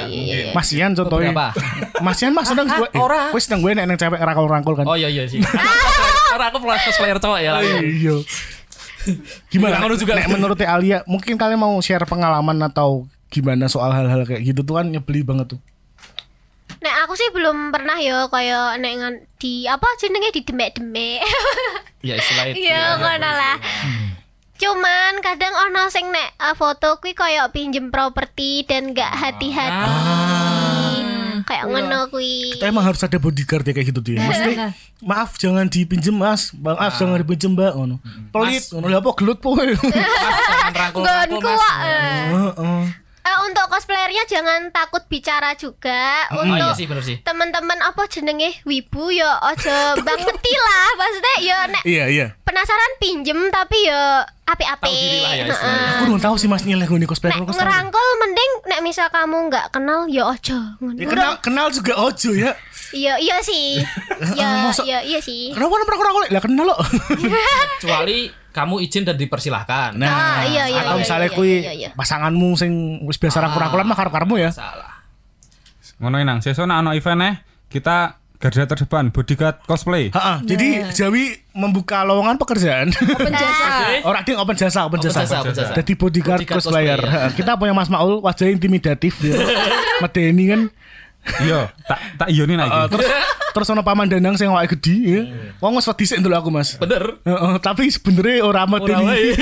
Mas Ian contohnya. iya, Beberapa. Mas Ian mas seneng Ah, gue. ora. Wis seneng gue enek cewek rangkul-rangkul kan. Oh iya iya sih. Karena aku plus cosplayer cowok ya. lah. Iya. Gimana? Iya, Ngono juga. Nek menurut Teh Alia, mungkin kalian mau share pengalaman atau gimana soal hal-hal kayak gitu tuh kan nyebeli banget tuh. Nek aku sih belum pernah ya kayak nek ngan- di apa jenenge di demek-demek. Ya istilahnya. Ya ngono iya, lah. Hmm. Cuman kadang ono sing nek eh, foto kuwi koyo pinjem properti dan gak hati-hati. Ah. Kayak ngono kuwi. Kita emang harus ada bodyguard ya kayak gitu tuh ya. Maksudnya, Nah, maaf jangan dipinjem mas, bang, Ah. maaf jangan dipinjem mbak, ngono. Pelit, ngono Lah, apa gelut poe. Mas, jangan rangkul-rangkul mas. Gon kuwak. eh. Heeh. Eh, untuk cosplayernya jangan takut bicara juga. Oh iya Untuk sih bener sih. teman-teman apa jenenge wibu ya aja bangeti lah maksudnya ya nek Iya iya. penasaran pinjem tapi ya Tahu diri api-api lah ya Heeh. istilahnya. Aku belum tahu sih mas nilai gue nih cosplay. nek Aku kesel. ngerangkul mending nek misal kamu nggak kenal ya aja Ya, ngono kenal, kenal juga ojo ya. iya iya sih ya Masa- iya iya sih Kenapa nomor aku rangkul? Lah kenal loh. Iya. Kecuali kamu izin dan dipersilahkan. Ah, iya, Nah, iya, atau iya, misalnya iya, kui iya, iya. pasanganmu sing wis biasa rangkul-rangkulan mah karo karmu ya. Salah. Ngono nang sesuk nak ana event eh kita garda terdepan bodyguard cosplay. Nah. Heeh, jadi Jawi membuka lowongan pekerjaan. open jasa. Eh. Orang dia open jasa, open jasa. jasa, open jasa. Jadi bodyguard, Bodyguard cosplayer. cosplayer. Ha, Kita punya Mas Maul, wajahnya intimidatif ya. Medeni kan. Iya, tak tak iyoni nak Eh, iki. terus terus ono paman Danang sing awake gede ya. Wong wis wedi sik ndelok aku, Mas. Bener. Heeh, tapi sebenarnya ora Ora wae. medeni.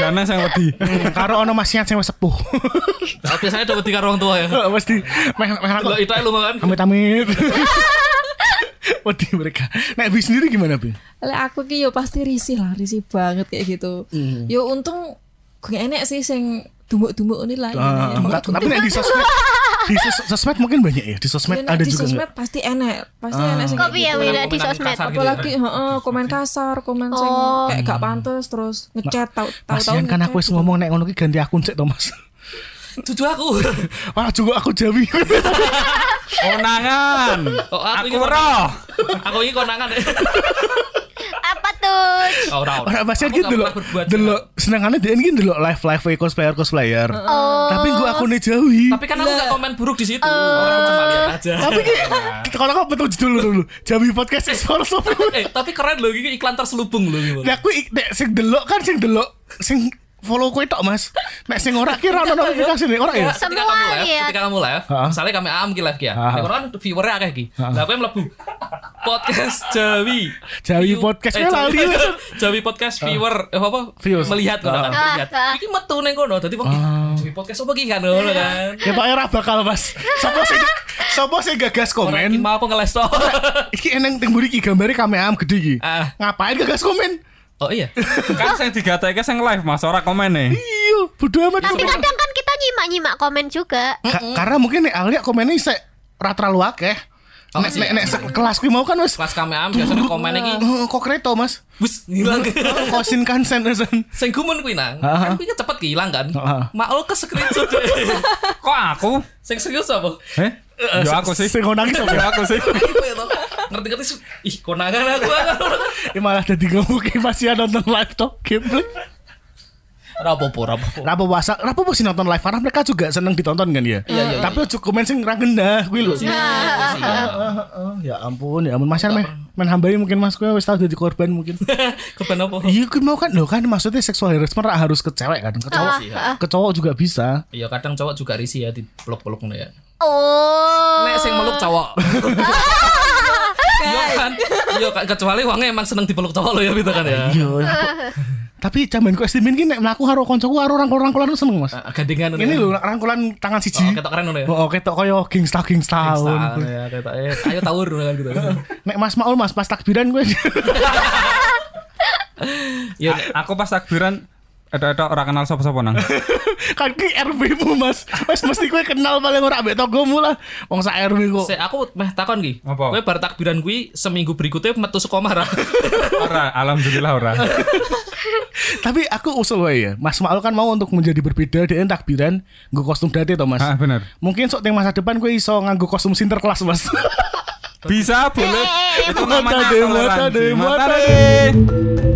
Dana sing wedi. Karo ono Mas Ian sing wis sepuh. Tapi Nah, biasanya dapat tiga orang tua ya. Mesti meh meh Lo aku. itu aja lu kan. Amit-amit. Wedi mereka. Nek Bi sendiri gimana, Bi? Lek aku ki yo pasti risih lah, risih banget kayak gitu. Hmm. Yo untung gue enek sih sing dumuk-dumuk ini lah. Ah, Pokoknya ta- tapi nek di sosmed di sos- sosmed mungkin banyak ya di sosmed Enek, ada di juga sosmed nggak? pasti enek, pasti enek sing gitu. kopi ya Wila di sosmed Kasar gitu ya. apalagi heeh, komen kasar, komen sing Oh. kayak gak pantas terus ngechat tahu tahu tahu. Kasihan kan aku wis ngomong nek ngono ki ganti akun cek Thomas. Cucu aku. Wah juga aku Jawi. Onangan. Oh, aku Aku ini roh. Aku ini konangan. apa tuh Oh, ora ora. Orang pasien Aku ki gak delok pernah berbuat delok senengane dia ki delok live live cosplayer cosplayer. oh Tapi gua akunnya Jawi. Tapi kan aku gak komen buruk di situ. Orang cuma lihat aja. Tapi ki kalau kau betul judul dulu Jawi podcast sponsor. Eh, tapi keren loh ini iklan terselubung loh gitu. Nek aku nek sing delok kan sing delok sing follow kowe tok Mas. Nek sing ora ki ra ono notifikasi nih ora ya. Ketika Semua kamu live, lihat. ketika kamu live, Ha-ha. misalnya kami am ki live ki ya. Ha-ha. Nek orang kan viewernya akeh ki. Lah aku yang mlebu. Podcast Jawi. Jawi View- podcast, eh, kan Jawi, lali. Jawi podcast viewer eh, apa? Views. Ah. Melihat kan kan. Ah, Melihat. ah. Iki metu ning kono dadi wong "Ih, Jawi podcast apa ki kan ngono kan. Ketok Ya, ora bakal Mas. Sopo sing sopo sing gagas Orang komen? ki mau apa ngeles toh. Iki eneng teng mburi iki gambare kame am gede iki. Ah. Ngapain gagas komen? Oh iya. Kan sing digateke sing live Mas, ora komen e. Iya, bodo amat. tapi kadang kan kita nyimak-nyimak komen juga Ka- karena mungkin nek Alia komennya isek ra terlalu akeh. Oh, Nek sih. nek nek se- kelas kuwi mau kan wis Pas kami am biasanya komen iki eh, kok kreto Mas. wis ngilang. Kosin kansen sen. Sing gumun kuwi nang. Ha-ha. Kan kuwi cepet ki ilang kan. Ha-ha. Maul ke screenshot. deh. Kok aku? Sing serius apa? Eh? Yo aku sih. Sing nangis Yo apa? aku sih. Apa ya, toh? Ngerti-ngerti su- ih konangan aku. Ya malah dadi ngemuki masih nonton live to gameplay. Ora apa-apa, ora apa-apa. Rapo wasa, rapo mesti nonton live karena mereka juga seneng ditonton kan ya. Iya, iya, Tapi ojo komen sing ra gendah kuwi lho. Ya ampun, ya ampun Mas Yan, meh men hambai mungkin Mas kowe wis tau dadi korban mungkin. Kepen apa? Iya, kan mau kan loh kan maksudnya seksual harassment ra harus ke cewek kan, ke Ah, cowok, ke cowok juga bisa. Iya kadang cowok juga risih ya di peluk-peluk ngono ya. oh Nek sing meluk cowok. Iya kan? Iya kan kecuali wangnya emang seneng dipeluk cowok lo ya gitu kan ya. Iya. lah, kok. Tapi zaman ku SD min ki nek mlaku karo kancaku karo rangkul-rangkulan ku seneng Mas. Ah, Gandengan Ini lho rangkulan tangan siji. Oh, ketok keren ngono ya. Oh, ketok koyo gangsta gangsta. Style ya, ketok eh, ayo tawur ngono kan gitu. Nek Mas Maul Mas pas takbiran gue Iya. A- Aku pas takbiran ada-ada orang kenal sapa-sapa nang. kan ki RW mu Mas. Mas mesti gue kenal paling ora ambek tonggomu lah. Wong sak RW kok. Sik, aku meh takon ki. Apa? Kowe bar takbiran kuwi seminggu berikutnya metu sekolah marah. Ora, alhamdulillah ora. Tapi aku usul wae ya. Mas Maul kan mau untuk menjadi berbeda dia takbiran nggo kostum date to, Mas. Ah, bener. Mungkin sok teng masa depan gue iso nganggo kostum sinterklas, Mas. Bisa boleh. Eh, eh, eh, Itu mata namanya deh, mata toleransi. deh, Mata mata deh.